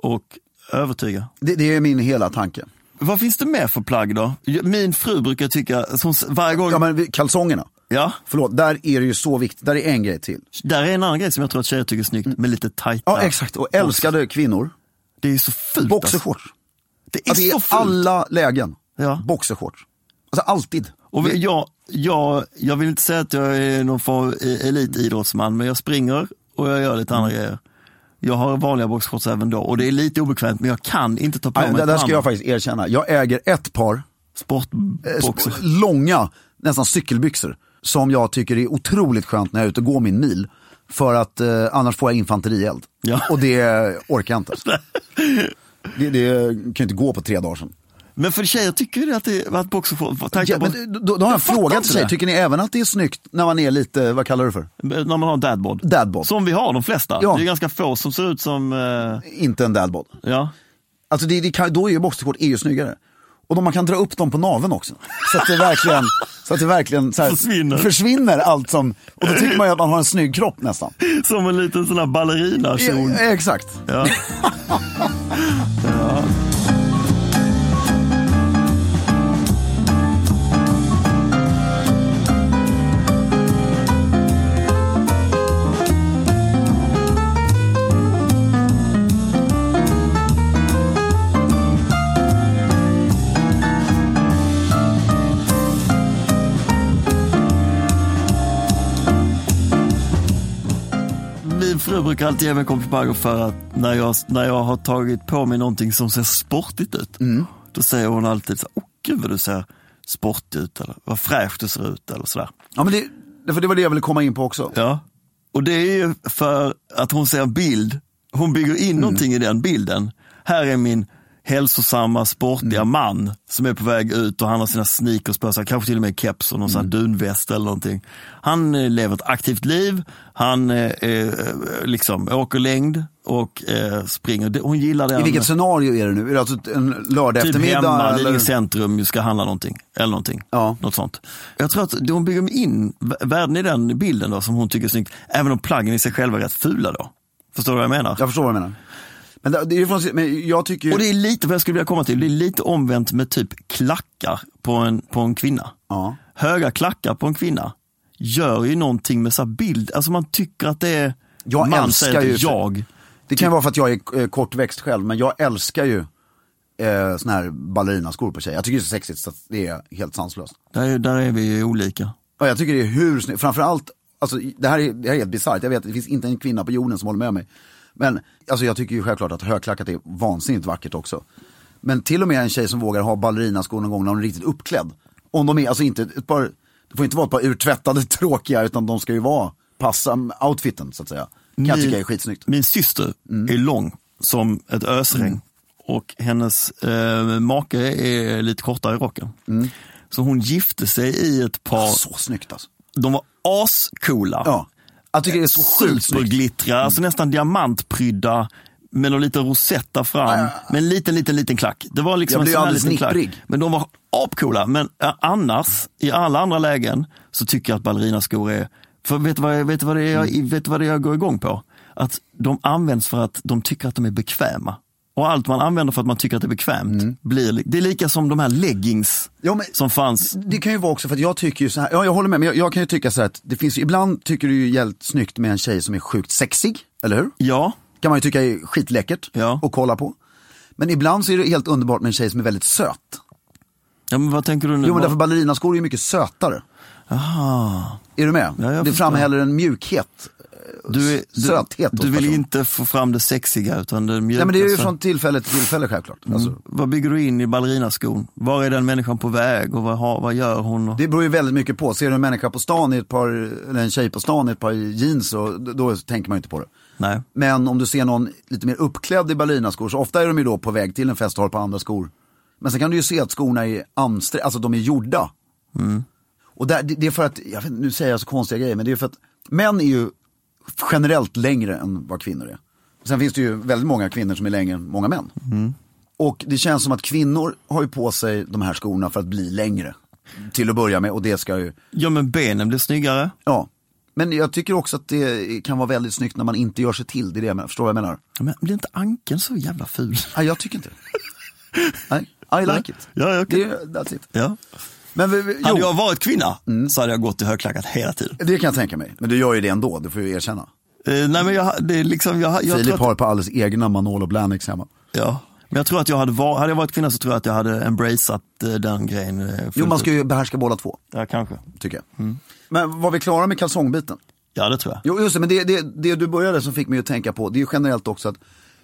Speaker 2: och övertyga.
Speaker 6: Det, det är min hela tanke.
Speaker 2: Vad finns det mer för plagg då? Min fru brukar tycka, som s- varje gång,
Speaker 6: Ja men vi- kalsongerna,
Speaker 2: ja,
Speaker 6: förlåt, där är det ju så viktigt, där är en grej till.
Speaker 2: där är en annan grej som jag tror att tjejer tycker är snyggt, men lite tajta.
Speaker 6: Ja exakt, och älskade kvinnor,
Speaker 2: Det är ju så fult. alltså.
Speaker 6: boxershorts.
Speaker 2: Det är
Speaker 6: Alltså i
Speaker 2: så fult.
Speaker 6: alla lägen,
Speaker 2: Ja.
Speaker 6: boxershorts. Alltså alltid.
Speaker 2: Och vi- jag, jag, jag vill inte säga att jag är någon form av e- elitidrottsman, men jag springer och jag gör lite andra
Speaker 6: Mm.
Speaker 2: grejer. Jag har vanliga boxshorts även då och det är lite obekvämt men jag kan inte ta på
Speaker 6: Nej,
Speaker 2: mig
Speaker 6: det där ska
Speaker 2: ett
Speaker 6: jag
Speaker 2: par
Speaker 6: faktiskt erkänna, jag äger ett par eh,
Speaker 2: sportboxer.
Speaker 6: sp- långa, nästan cykelbyxor. Som jag tycker är otroligt skönt när jag är ute och går min mil. För att eh, annars får jag infanterield.
Speaker 2: Ja. Alltså,
Speaker 6: Och det orkar jag inte. det, det kan ju inte gå på tre dagar sedan.
Speaker 2: *laughs* Men för tjejer tycker ju det att, det, att boxershorts,
Speaker 6: Ja,
Speaker 2: ja,
Speaker 6: men, då, då har jag
Speaker 2: fattar
Speaker 6: frågat
Speaker 2: inte
Speaker 6: sig,
Speaker 2: det.
Speaker 6: tycker ni även att det är snyggt när man är lite, vad kallar du det för?
Speaker 2: när man har dadbod.
Speaker 6: Dadbod.
Speaker 2: Som vi har de flesta.
Speaker 6: Ja.
Speaker 2: Det är ganska få som ser ut som, eh,
Speaker 6: Inte en dadbod.
Speaker 2: ja.
Speaker 6: Alltså det, det kan, då är ju boxershorts är ju snyggare. Och då man kan dra upp dem på naveln också. Så att
Speaker 2: *laughs*
Speaker 6: det verkligen, så att det verkligen så här,
Speaker 2: Försvinner.
Speaker 6: försvinner allt som, och då tycker man ju att man har en snygg
Speaker 2: *laughs*
Speaker 6: kropp nästan.
Speaker 2: Som en liten sån här ballerinakjol.
Speaker 6: Ja, Exakt.
Speaker 2: Ja. Min fru brukar alltid ge mig komplimanger för att när jag, när jag har tagit på mig någonting som ser sportigt ut, då säger hon alltid så här, åh gud vad du ser sportig ut eller vad fräsch du ser ut eller sådär.
Speaker 6: Ja, men det, därför det var det jag ville komma in på också.
Speaker 2: Ja. Och det är ju för att hon ser en bild, hon bygger in
Speaker 6: Mm.
Speaker 2: någonting i den bilden. Här är min hälsosamma, sportiga
Speaker 6: Mm.
Speaker 2: man som är på väg ut och han har sina sneakers på sig, kanske till och med keps och någon sån här
Speaker 6: Mm.
Speaker 2: dunväst eller någonting. Han eh, lever ett aktivt liv, han eh, eh, liksom åker längd och eh, springer. Det- Hon gillar det.
Speaker 6: I
Speaker 2: han-
Speaker 6: vilket scenario är det nu? Är det alltså en lördag
Speaker 2: Typ
Speaker 6: eftermiddag?
Speaker 2: hemma, Lidingö
Speaker 6: eller?
Speaker 2: centrum, ska handla någonting. Eller någonting.
Speaker 6: Ja.
Speaker 2: Något sånt. Jag tror att hon bygger in vä- värden i den bilden då, som hon tycker är snyggt. Även om plaggen i sig själva är rätt fula då. Förstår du vad jag menar?
Speaker 6: Jag förstår vad du menar. Men, det, det är ju från, men jag tycker ju...
Speaker 2: Och det är lite, vad jag skulle vilja komma till, det är lite omvänt med typ klackar på en, på en kvinna.
Speaker 6: Ja.
Speaker 2: Höga klackar på en kvinna gör ju någonting med så här bild, alltså man tycker att det är,
Speaker 6: Jag
Speaker 2: man
Speaker 6: älskar
Speaker 2: säger inte
Speaker 6: ju-
Speaker 2: jag. Typ.
Speaker 6: Det kan ju vara för att jag är eh, kortväxt själv, men jag älskar ju eh, såna här ballerinaskor på tjejer. Jag tycker det är så sexigt så att det är helt sanslöst.
Speaker 2: Där, är- där är vi ju olika.
Speaker 6: Ja, jag tycker det är hur snyggt, framförallt, alltså, det, här är, det här är helt bisarrt, jag vet att det finns inte en kvinna på jorden som håller med mig. Men alltså, jag tycker ju självklart att högklackat är vansinnigt vackert också. Men till och med en tjej som vågar ha ballerinaskor någon gång när hon är riktigt uppklädd. Om de är, alltså inte ett par, det får inte vara ett par urtvättade *laughs* tråkiga utan de ska ju vara, passa outfiten så att säga. Kan jag
Speaker 2: Ni-
Speaker 6: tycka är skitsnyggt.
Speaker 2: Min syster är lång som ett ösregn och hennes eh, make är lite kortare i rocken. Så hon gifte sig i ett par,
Speaker 6: Så snyggt alltså.
Speaker 2: de var ascoola.
Speaker 6: Ja. Jag tycker det är så sjukt snyggt.
Speaker 2: Superglittriga, alltså nästan diamantprydda med någon liten rosett där fram, med en liten, liten, liten klack. Det var liksom
Speaker 6: Jag
Speaker 2: en
Speaker 6: blir
Speaker 2: sån här
Speaker 6: alldeles
Speaker 2: liten klack.
Speaker 6: nipprig.
Speaker 2: Men de var apcoola. Men eh, annars, i alla andra lägen, så tycker jag att ballerinaskor är, för vet du vad, jag- vet du vad, det är jag, vet du vad det är jag går igång på? Att de används för att de tycker att de är bekväma. Och allt man använder för att man tycker att det är bekvämt, blir, li- det är lika som de här leggings
Speaker 6: Mm. Ja, men-
Speaker 2: som fanns.
Speaker 6: Det kan ju vara också för att jag tycker ju så här, ja jag håller med, men jag, jag kan ju tycka så här att det finns ju, ibland tycker du ju jävligt snyggt med en tjej som är sjukt sexig, eller hur?
Speaker 2: Ja,
Speaker 6: Kan man ju tycka är skitläckert
Speaker 2: Ja.
Speaker 6: att kolla på. Men ibland så är det helt underbart med en tjej som är väldigt söt.
Speaker 2: Ja, men vad tänker du nu?
Speaker 6: Jo men
Speaker 2: Vad-
Speaker 6: därför ballerinaskor är ju mycket sötare.
Speaker 2: Aha.
Speaker 6: Är du med?
Speaker 2: Ja, jag
Speaker 6: det
Speaker 2: förstår.
Speaker 6: framhäller en mjukhet. eh,
Speaker 2: Du, är-
Speaker 6: s-
Speaker 2: du,
Speaker 6: söthet hos
Speaker 2: du vill
Speaker 6: personen.
Speaker 2: inte få fram det sexiga utan det mjuka.
Speaker 6: Nej men det är ju
Speaker 2: så-
Speaker 6: från tillfälle till tillfälle självklart.
Speaker 2: Mm.
Speaker 6: Alltså,
Speaker 2: Vad bygger du in i ballerinaskon? Var är den människan på väg och vad, har, vad gör hon? Och...
Speaker 6: det beror ju väldigt mycket på. Ser du en människa på stan i ett par, eller en tjej på stan i ett par jeans så d- då tänker man ju inte på det.
Speaker 2: Nej.
Speaker 6: Men om du ser någon lite mer uppklädd i ballerinaskor så ofta är de ju då på väg till en fest och har på andra skor. Men sen kan du ju se att skorna är amstre, alltså de är gjorda. Och där, det, det är för att, jag vet, inte, nu säger jag så konstiga grejer, men det är för att män är ju generellt längre än vad kvinnor är. Sen finns det ju väldigt många kvinnor som är längre än många män. Och det känns som att kvinnor har ju på sig de här skorna för att bli längre. Till att börja med och det ska ju,
Speaker 2: Ja men benen blir snyggare.
Speaker 6: ja. Men jag tycker också att det kan vara väldigt snyggt när man inte gör sig till, det är det jag menar, förstår du vad jag menar?
Speaker 2: Men blir inte ankeln så jävla ful?
Speaker 6: Nej, jag tycker inte det. Nej, I like it.
Speaker 2: *laughs* Ja, jag kan-
Speaker 6: det är, that's it.
Speaker 2: Ja.
Speaker 6: Men vi- vi-
Speaker 2: Hade
Speaker 6: jo, Mm.
Speaker 2: jag varit kvinna så hade jag gått i högklackat hela tiden.
Speaker 6: det kan jag tänka mig. Men du gör ju det ändå, det får jag ju erkänna.
Speaker 2: Eh, nej men jag, det är liksom, jag, jag tror
Speaker 6: Filip
Speaker 2: att,
Speaker 6: har på alldeles egna Manolo Blahniks hemma.
Speaker 2: ja. Men jag tror att jag hade, var, hade jag varit kvinna så tror jag att jag hade embraceat eh, den grejen. eh, fullt
Speaker 6: Jo, man ska
Speaker 2: ut.
Speaker 6: ju behärska båda två,
Speaker 2: Ja kanske.
Speaker 6: tycker jag.
Speaker 2: Mm.
Speaker 6: Men var vi klara med kalsongbiten?
Speaker 2: Ja det tror jag.
Speaker 6: Jo, just det, men det, det, det du började som fick mig att tänka på, det är ju generellt också att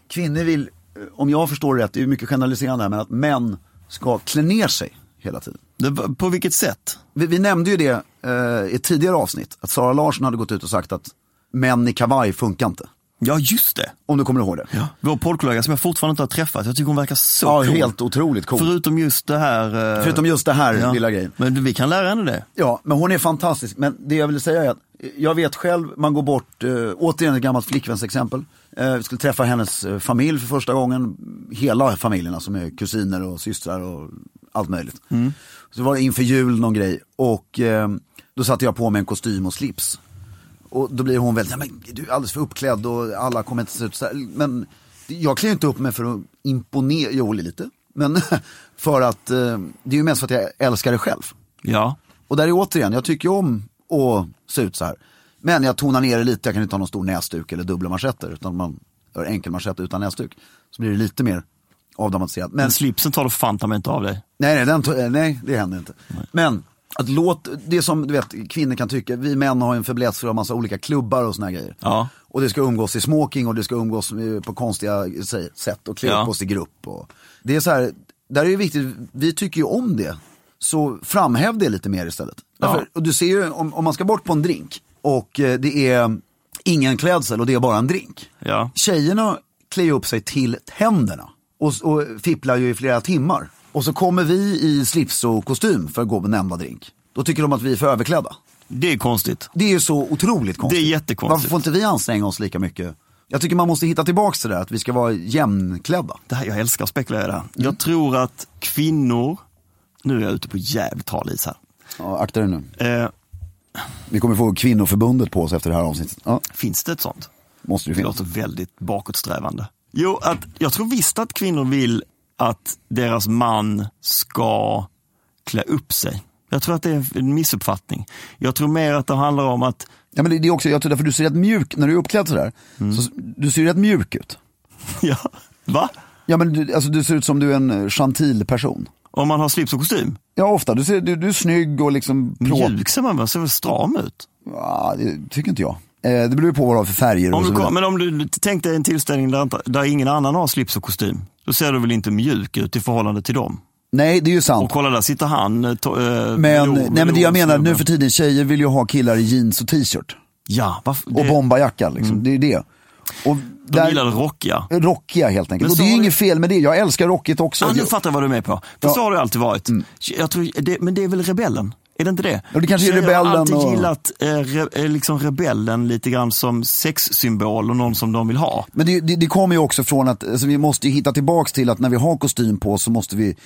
Speaker 6: kvinnor vill, eh, om jag förstår det rätt, det är ju mycket generaliserande här, men att män ska klä ner sig hela tiden.
Speaker 2: Det, på vilket sätt?
Speaker 6: Vi, vi nämnde ju det eh, i ett tidigare avsnitt, att Sara Larsson hade gått ut och sagt att män i kavaj funkar inte.
Speaker 2: Ja just det.
Speaker 6: Om du kommer ihåg det.
Speaker 2: Ja. Vår poddkollega som jag fortfarande inte har träffat. Jag tycker hon verkar så
Speaker 6: Ja,
Speaker 2: cool.
Speaker 6: helt otroligt cool.
Speaker 2: Förutom just det här. eh,
Speaker 6: Förutom just det här lilla grejen.
Speaker 2: Men vi kan lära henne det.
Speaker 6: Ja, men hon är fantastisk. Men det jag vill säga är att eh, jag vet själv, man går bort, eh, återigen ett gammalt flickvänsexempel. Eh, vi skulle träffa hennes eh, familj för första gången. Hela familjen, som är kusiner och systrar och allt möjligt. Så var det inför jul någon grej och eh, då satte jag på mig en kostym och slips. Och då blir hon väldigt, "Ja, men du är alldeles för uppklädd och alla kommer inte se ut så här. Men jag klär ju inte upp mig för att imponera, jo lite. Men *laughs* för att, eh, det är ju mest för att jag älskar det själv.
Speaker 2: Ja.
Speaker 6: Och där är återigen, jag tycker ju om att se ut så här. Men jag tonar ner det lite, jag kan inte ha någon stor näsduk eller dubbla manschetter. Utan man gör enkel manschett utan näsduk. Så blir det lite mer avdramatiserat. Men
Speaker 2: Men slipsen tar du fan ta mig inte av dig.
Speaker 6: nej, nej, den, to- eh, nej, det händer inte. Men att låt, det som du vet kvinnor kan tycka, vi män har ju en fäbless för en massa olika klubbar och såna här grejer.
Speaker 2: Ja.
Speaker 6: Och det ska umgås i smoking och det ska umgås eh, på konstiga säg, sätt och klä
Speaker 2: Ja.
Speaker 6: upp oss i grupp. Och det är så här, där är det viktigt, vi tycker ju om det. Så framhäv det lite mer istället. Därför, och du ser ju, om, om man ska bort på en drink och eh, det är ingen klädsel och det är bara en drink.
Speaker 2: Ja.
Speaker 6: Tjejerna klär ju upp sig till tänderna och, och fipplar ju i flera timmar. Och så kommer vi i slips och kostym för att gå på nämnda drink. Då tycker de att vi är för överklädda.
Speaker 2: Det är konstigt.
Speaker 6: Det är ju så otroligt konstigt.
Speaker 2: Det är jättekonstigt.
Speaker 6: Varför får inte vi anstränga oss lika mycket? Jag tycker man måste hitta tillbaka till det där, att vi ska vara jämnklädda.
Speaker 2: Det här, jag älskar att spekulera i
Speaker 6: Mm.
Speaker 2: det här. Jag tror att kvinnor, nu är jag ute på jävligt hal is här.
Speaker 6: Ja, akta dig nu.
Speaker 2: Eh,
Speaker 6: Vi kommer få kvinnoförbundet på oss efter det här avsnittet. Ja,
Speaker 2: finns det ett sånt?
Speaker 6: måste ju
Speaker 2: Det låter väldigt bakåtsträvande. Jo, att, jag tror visst att kvinnor vill att deras man ska klä upp sig. Jag tror att det är en missuppfattning. Jag tror mer att det handlar om att *laughs*
Speaker 6: Ja, men det, det är också, jag tror därför du ser rätt mjuk, när du är uppklädd sådär, så, du ser rätt mjuk ut.
Speaker 2: Ja, va?
Speaker 6: Ja men du, alltså, du ser ut som du är en eh, gentil person.
Speaker 2: Om man har slips och kostym?
Speaker 6: Ja ofta, du, ser, du, du är snygg och liksom plå...
Speaker 2: Mjuk ser man väl, ser väl stram ut?
Speaker 6: Ja, det tycker inte jag. Eh, det beror ju på vad du har för färger och
Speaker 2: Om
Speaker 6: så
Speaker 2: du,
Speaker 6: vidare.
Speaker 2: kom- men om du tänk dig en tillställning där, inte- där ingen annan har slips och kostym. Då ser du väl inte mjuk ut i förhållande till dem?
Speaker 6: Nej det är ju sant.
Speaker 2: Och kolla där sitter han. eh, To, eh,
Speaker 6: Men,
Speaker 2: Lo-
Speaker 6: nej, men det jag menar nu
Speaker 2: Lorentzgubben.
Speaker 6: för tiden, tjejer vill ju ha killar i jeans och t-shirt.
Speaker 2: Ja, varför?
Speaker 6: Och
Speaker 2: det, Mm.
Speaker 6: bombajacka liksom, det är ju det. Och
Speaker 2: de gillar det rockiga.
Speaker 6: Rockiga helt
Speaker 2: Men
Speaker 6: enkelt. och det
Speaker 2: så
Speaker 6: är ju
Speaker 2: har
Speaker 6: inget fel med det, jag älskar rockigt också.
Speaker 2: Ah, nu
Speaker 6: Det-
Speaker 2: fattar jag vad du är med på. För
Speaker 6: Ja. Mm.
Speaker 2: så har det alltid varit. Jag tror, det, men det är väl rebellen? Är det inte det?
Speaker 6: Ja, det kanske är
Speaker 2: Tjejer
Speaker 6: rebellen
Speaker 2: har alltid
Speaker 6: och-
Speaker 2: gillat eh, re, eh, liksom rebellen lite grann som sexsymbol och någon som de vill ha.
Speaker 6: Men det, det, det kommer ju också från att alltså, vi måste ju hitta tillbaks till att när vi har kostym på så måste vi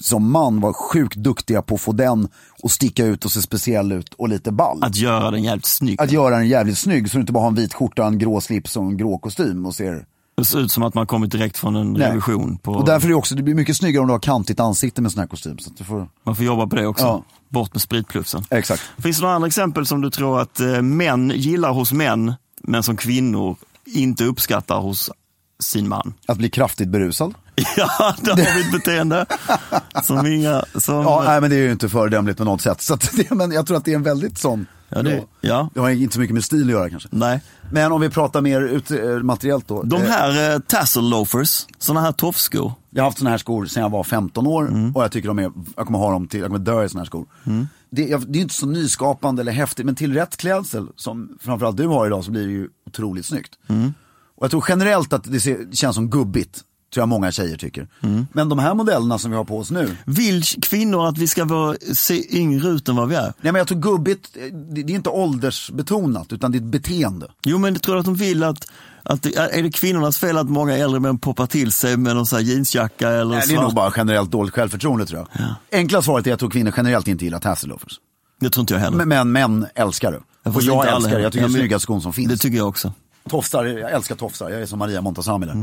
Speaker 6: som man vara sjukt duktiga på att få den och sticka ut och se speciell ut och lite ball.
Speaker 2: Att göra den jävligt snygg.
Speaker 6: Att göra den jävligt snygg så du inte bara har en vit skjorta, en grå slips och en grå kostym och ser...
Speaker 2: Det ser ut som att man kommit direkt från en
Speaker 6: Nej.
Speaker 2: revision. På,
Speaker 6: Och därför är det också, det blir mycket snyggare om du har kantigt ansikte med sån här kostym. Så att du får...
Speaker 2: Man får jobba på det också.
Speaker 6: Ja.
Speaker 2: Bort med spritplufsen.
Speaker 6: Exakt.
Speaker 2: Finns det några andra exempel som du tror att eh, män gillar hos män, men som kvinnor inte uppskattar hos sin man. *laughs*
Speaker 7: Att bli kraftigt berusad.
Speaker 2: Ja, där har vi ett beteende som inga... Som,
Speaker 6: Ja, nej, men det är ju inte föredömligt på något sätt. Så att, *laughs* det- men jag tror att det är en väldigt sån.
Speaker 2: Ja, det- ja.
Speaker 6: det har inte så mycket med stil att göra kanske.
Speaker 2: nej.
Speaker 6: Men om vi pratar mer ut, eh, materiellt då.
Speaker 2: De
Speaker 6: Eh,
Speaker 2: här eh, tassel loafers, sådana här toffskor.
Speaker 6: Jag har haft såna här skor sedan jag var 15 år och jag tycker de är, jag kommer ha dem till, jag kommer dö i såna här skor. Det, jag, det är inte så nyskapande eller häftigt, men till rätt klädsel som framförallt du har idag så blir det ju otroligt snyggt. Och jag tror generellt att det, ser, det känns som gubbigt, tror jag många tjejer tycker. Men de här modellerna som vi har på oss nu,
Speaker 2: Vill kvinnor att vi ska vara, se yngre ut än vad vi är?
Speaker 6: nej men jag tror gubbigt, eh, det, det är inte åldersbetonat utan det är ett beteende.
Speaker 2: Jo, men jag tror att de vill att, att det, är det kvinnornas fel att många äldre män poppar till sig med någon sån här jeansjacka eller
Speaker 6: Nej, det är
Speaker 2: svart?
Speaker 6: nog bara generellt dåligt självförtroende tror jag. Enkla Alltså, svaret är att jag tror kvinnor generellt inte gillar tasselofers.
Speaker 2: Det tror inte jag heller.
Speaker 6: Men, men män älskar det.
Speaker 2: Jag får
Speaker 6: och jag
Speaker 2: inte alla
Speaker 6: älskar det. Jag
Speaker 2: heller.
Speaker 6: tycker det är
Speaker 2: Ja, men-
Speaker 6: snyggaste skon som finns.
Speaker 2: Det tycker jag också.
Speaker 6: Tofsar, jag älskar tofsar. Jag är som Maria
Speaker 2: *laughs*
Speaker 6: Montazami där.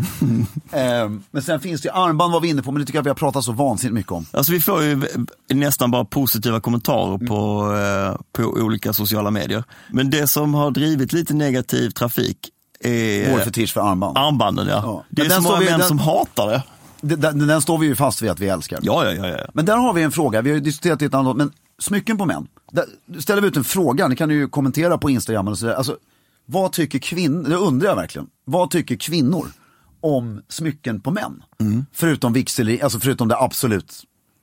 Speaker 6: Ehm, men sen finns det ju armband var vi inne på, men det tycker jag vi har pratat så vansinnigt mycket om.
Speaker 2: Alltså vi får ju v- nästan bara positiva kommentarer
Speaker 6: Mm.
Speaker 2: på, eh, på olika sociala medier. Men det som har drivit lite negativ trafik är
Speaker 6: Vår fetisch för armband.
Speaker 2: armbanden. Eh. Ja.
Speaker 6: Ja.
Speaker 2: Det är
Speaker 6: Men
Speaker 2: så
Speaker 6: den står
Speaker 2: många
Speaker 6: vi-
Speaker 2: män
Speaker 6: den-
Speaker 2: som hatar det.
Speaker 6: Den, den, den står vi ju fast vid att vi älskar.
Speaker 2: Ja, ja, ja. ja.
Speaker 6: Men där har vi en fråga, vi har ju diskuterat det i ett annat men smycken på män. Där ställer vi ut en fråga, ni kan ju kommentera på Instagram och sådär. Alltså, vad tycker kvinnor, det undrar jag verkligen, vad tycker kvinnor om smycken på män?
Speaker 2: Mm.
Speaker 6: Förutom vigsel, alltså förutom det absolut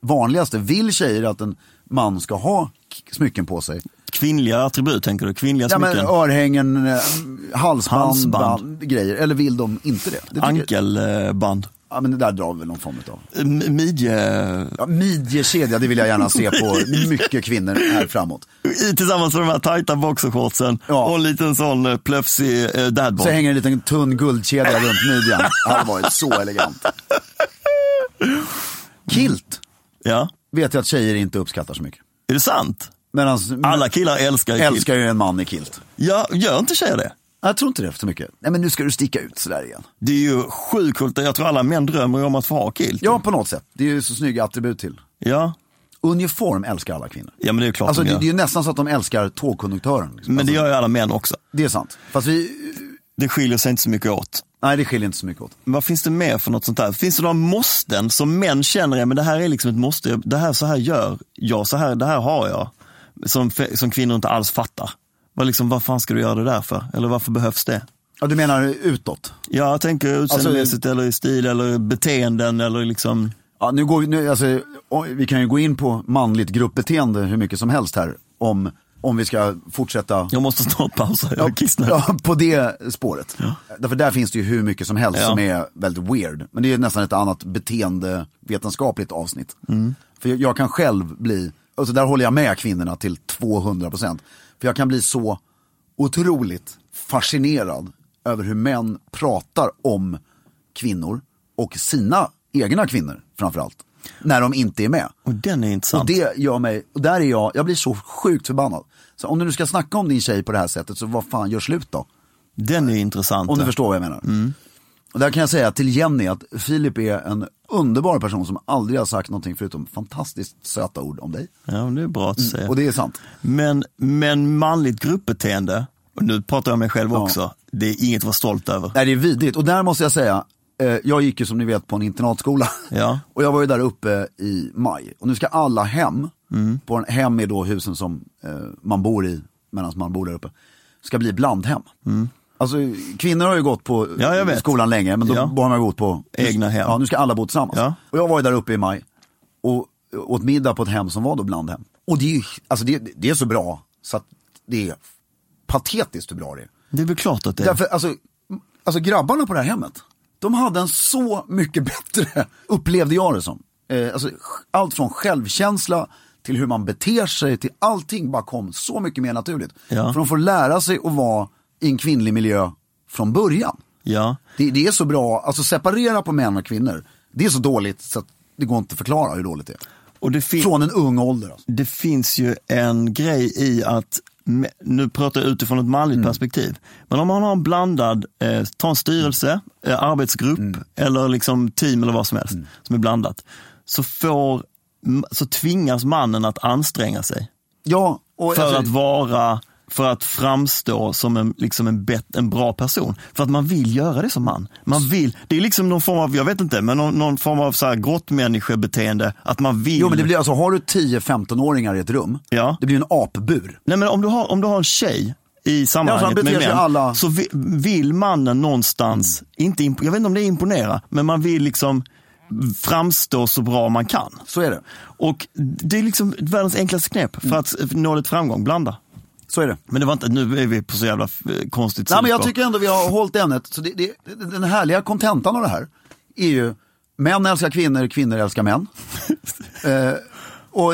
Speaker 6: vanligaste. Vill tjejer att en man ska ha k- smycken på sig?
Speaker 2: Kvinnliga attribut tänker du? Kvinnliga
Speaker 6: Ja, men
Speaker 2: smycken?
Speaker 6: örhängen, eh, halsband,
Speaker 2: Halsband.
Speaker 6: Band, grejer. Eller vill de inte det? det tycker-
Speaker 2: Ankelband?
Speaker 6: Ja, men det där drar vi väl någon form av.
Speaker 2: M- Midje...
Speaker 6: Ja, midjekedja, det vill jag gärna se
Speaker 2: *laughs*
Speaker 6: på mycket kvinnor här framåt.
Speaker 2: I, tillsammans med de här tajta boxershortsen
Speaker 6: Ja.
Speaker 2: och en liten sån eh, plöfsig eh, dadbod.
Speaker 6: Så hänger en liten tunn guldkedja runt midjan. Det hade varit så elegant. Kilt
Speaker 2: Ja.
Speaker 6: vet jag att tjejer inte uppskattar så mycket.
Speaker 2: Är det sant?
Speaker 6: Medan
Speaker 2: Alla killar älskar ju kilt.
Speaker 6: älskar ju en man i kilt.
Speaker 2: Ja, gör inte tjejer det?
Speaker 6: Jag tror inte det så mycket. Nej men nu ska du sticka ut sådär igen.
Speaker 2: Det är ju sjukt coolt. Jag tror alla män drömmer ju om att få ha kilt.
Speaker 6: Ja på något sätt. Det är ju så snygga attribut till.
Speaker 2: Ja,
Speaker 6: Uniform älskar alla kvinnor.
Speaker 2: ja men det är ju klart
Speaker 6: Alltså
Speaker 2: de
Speaker 6: det, det
Speaker 2: gör.
Speaker 6: är ju nästan så att de älskar tågkonduktören. Liksom.
Speaker 2: Men det
Speaker 6: alltså,
Speaker 2: gör ju alla män också.
Speaker 6: det är sant. Fast vi,
Speaker 2: Det skiljer sig inte så mycket åt.
Speaker 6: nej det skiljer inte så mycket åt.
Speaker 2: Vad finns det mer för något sånt här? Finns det några måsten som män känner, ja, men det här är liksom ett måste, det här så här gör jag, så här, det här har jag. Som, fe- som kvinnor inte alls fattar. Vad, liksom, vad fan ska du göra det där för? Eller varför behövs det?
Speaker 6: Ja du menar utåt?
Speaker 2: Ja, jag tänker utseendemässigt
Speaker 6: Alltså-
Speaker 2: eller i stil eller beteenden eller liksom.
Speaker 6: Ja, nu går vi, nu, alltså, oj, vi kan ju gå in på manligt gruppbeteende hur mycket som helst här. Om, om vi ska fortsätta
Speaker 2: Jag måste snart pausa, jag är kissnödig.
Speaker 6: ja, på det spåret. Därför där finns det ju hur mycket som helst
Speaker 2: Ja.
Speaker 6: som är väldigt weird. Men det är ju nästan ett annat beteendevetenskapligt avsnitt. För jag, jag kan själv bli, alltså där håller jag med kvinnorna till 200%. För jag kan bli så otroligt fascinerad över hur män pratar om kvinnor och sina egna kvinnor framförallt. När de inte är med.
Speaker 2: Och den är intressant.
Speaker 6: Och det gör mig, och där är jag, jag blir så sjukt förbannad. Så om du nu ska snacka om din tjej på det här sättet, så vad fan, gör slut då.
Speaker 2: Den är intressant.
Speaker 6: Om du förstår vad jag menar. Och där kan jag säga till Jenny att Filip är en underbar person som aldrig har sagt någonting förutom fantastiskt söta ord om dig.
Speaker 2: Ja, men det är bra att säga.
Speaker 6: Mm, Och det är sant.
Speaker 2: Men, men manligt gruppbeteende, och nu pratar jag om mig själv också, det är inget att vara stolt över.
Speaker 6: Nej, det är vidrigt. Och där måste jag säga, eh, jag gick ju som ni vet på en internatskola.
Speaker 2: Ja.
Speaker 6: *laughs* Och jag var ju där uppe i maj. Och nu ska alla hem.
Speaker 2: Mm.
Speaker 6: På en, hem är då husen som eh, man bor i medan man bor där uppe. Ska bli blandhem. Alltså kvinnor har ju gått på
Speaker 2: Mm. Ja, jag vet.
Speaker 6: skolan länge men då
Speaker 2: Ja.
Speaker 6: har man gått på
Speaker 2: Egna hem.
Speaker 6: Ja, nu ska alla bo tillsammans.
Speaker 2: Ja.
Speaker 6: Och jag var ju där uppe i maj och åt middag på ett hem som var då blandhem. Och det är, ju- alltså, det, det är så bra så att det är patetiskt hur bra det är.
Speaker 2: Det är väl klart att det är.
Speaker 6: Därför, alltså, m- alltså grabbarna på det här hemmet, de hade en så mycket *laughs* bättre, upplevde jag det som. Eh, alltså, sj- allt från självkänsla till hur man beter sig, till allting bara kom så mycket mer naturligt.
Speaker 2: Ja.
Speaker 6: För de får lära sig att vara i en kvinnlig miljö från början.
Speaker 2: Ja.
Speaker 6: Det, det är så bra, alltså separera på män och kvinnor, det är så dåligt så att det går inte att förklara hur dåligt det är.
Speaker 2: Och det, fin-
Speaker 6: Från en ung ålder alltså.
Speaker 2: det finns ju en grej i att, me- nu pratar jag utifrån ett manligt
Speaker 6: Mm.
Speaker 2: perspektiv, men om man har en blandad, eh, ta en styrelse, eh, arbetsgrupp
Speaker 6: Mm.
Speaker 2: eller liksom team eller vad som helst som är blandat, så, får, m- så tvingas mannen att anstränga sig
Speaker 6: Ja, och
Speaker 2: för
Speaker 6: alltså-
Speaker 2: att vara för att framstå som en, liksom en, bet, en bra person. För att man vill göra det som man. man vill, det är liksom någon form av, jag vet inte, men någon, någon form av så här grottmänniskobeteende. Att man vill.
Speaker 6: Jo men det blir alltså, har du 10-15-åringar i ett rum,
Speaker 2: Ja.
Speaker 6: det blir en apbur.
Speaker 2: Nej, men om, du har, om du har en tjej i
Speaker 6: Ja, så han
Speaker 2: sammanhanget
Speaker 6: beter
Speaker 2: med
Speaker 6: sig
Speaker 2: män,
Speaker 6: alla-
Speaker 2: så vi, vill mannen någonstans, inte imp- jag vet inte om det är imponera, men man vill liksom framstå så bra man kan.
Speaker 6: Så är det.
Speaker 2: Och det är liksom världens enklaste knep
Speaker 6: Mm.
Speaker 2: för att nå lite framgång, blanda.
Speaker 6: Så är det.
Speaker 2: Men det var inte, nu är vi på så jävla eh, konstigt
Speaker 6: Nej, men jag
Speaker 2: sidospår.
Speaker 6: tycker ändå vi har hållit ämnet. Så det, det, den härliga kontentan av det här är ju män älskar kvinnor, kvinnor
Speaker 2: *laughs*
Speaker 6: älskar män. eh, och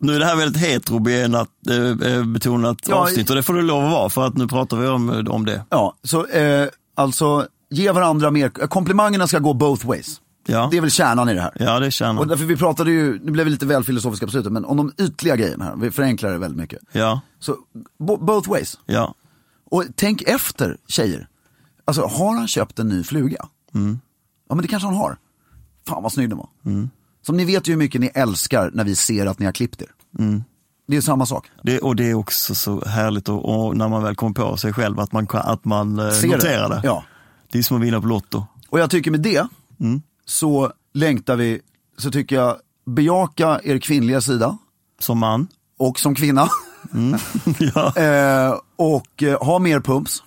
Speaker 2: Nu är det här väldigt heterobenat eh, eh, betonat
Speaker 6: Ja,
Speaker 2: avsnitt och det får du lov att vara för att nu pratar vi om, om det.
Speaker 6: ja, så eh, alltså ge varandra mer, komplimangerna ska gå both ways.
Speaker 2: Ja,
Speaker 6: Det är väl kärnan i det här.
Speaker 2: ja det är kärnan.
Speaker 6: Och därför vi pratade ju, nu blev vi lite väl filosofiska på slutet, men om de ytliga grejerna här, vi förenklar det väldigt mycket.
Speaker 2: Ja,
Speaker 6: Så bo, both ways.
Speaker 2: ja.
Speaker 6: Och tänk efter tjejer. Alltså har han köpt en ny fluga? Ja men det kanske han har. Fan vad snygg den var. Som ni vet ju hur mycket ni älskar när vi ser att ni har klippt er. Det är samma sak.
Speaker 2: Det, och det är också så härligt och, och när man väl kommer på sig själv att man, kan- att man eh,
Speaker 6: Ser det.
Speaker 2: noterar det.
Speaker 6: Ja.
Speaker 2: Det är som att vinna på Lotto.
Speaker 6: Och jag tycker med det så längtar vi, så tycker jag bejaka er kvinnliga sida
Speaker 2: Som man. *laughs*
Speaker 6: och som kvinna. *laughs*
Speaker 2: ja.
Speaker 6: eh, och eh, ha mer pumps.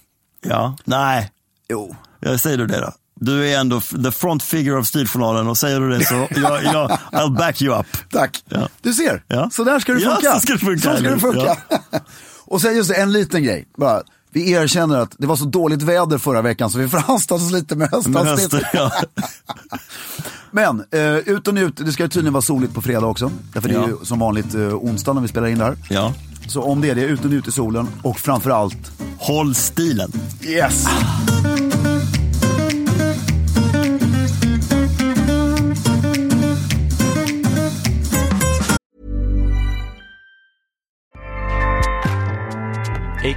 Speaker 2: ja. Nej,
Speaker 6: Jo.
Speaker 2: jag säger du det då. Du är ändå f- the front figure av Stiljournalen och säger du det
Speaker 6: *laughs*
Speaker 2: så jag, jag, I'll back you up.
Speaker 6: Tack.
Speaker 2: Ja.
Speaker 6: Du ser,
Speaker 2: Ja.
Speaker 6: så där ska det
Speaker 2: Ja,
Speaker 6: funka.
Speaker 2: så ska det funka.
Speaker 6: Så ska det funka. *laughs* och sen just en liten grej. Bara, vi erkänner att det var så dåligt väder förra veckan så vi *laughs* förhastade oss lite med
Speaker 2: Med
Speaker 6: höstavsnittet.
Speaker 2: hösten, *laughs* ja.
Speaker 6: Men eh, ut och njut, det ska ju tydligen vara soligt på fredag också. Därför det är
Speaker 2: Ja.
Speaker 6: ju som vanligt eh, onsdag när vi spelar in det här.
Speaker 2: ja.
Speaker 6: Så om det är det, ut och njut i solen och framförallt,
Speaker 2: Håll stilen.
Speaker 6: yes!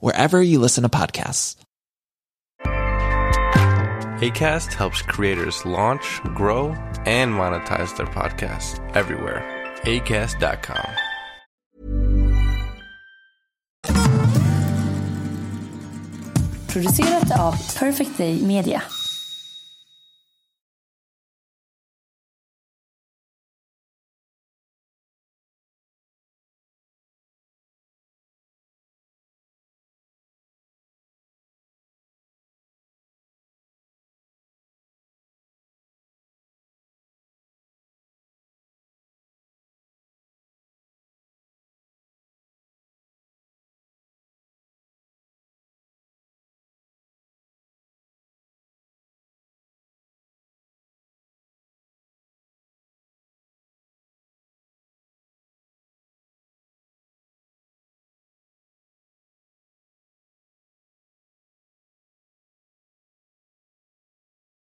Speaker 8: wherever you listen to podcasts.
Speaker 9: ACAST helps creators launch, grow, and monetize their podcasts everywhere. ACAST.com.
Speaker 10: Producerat av Perfect Day Media.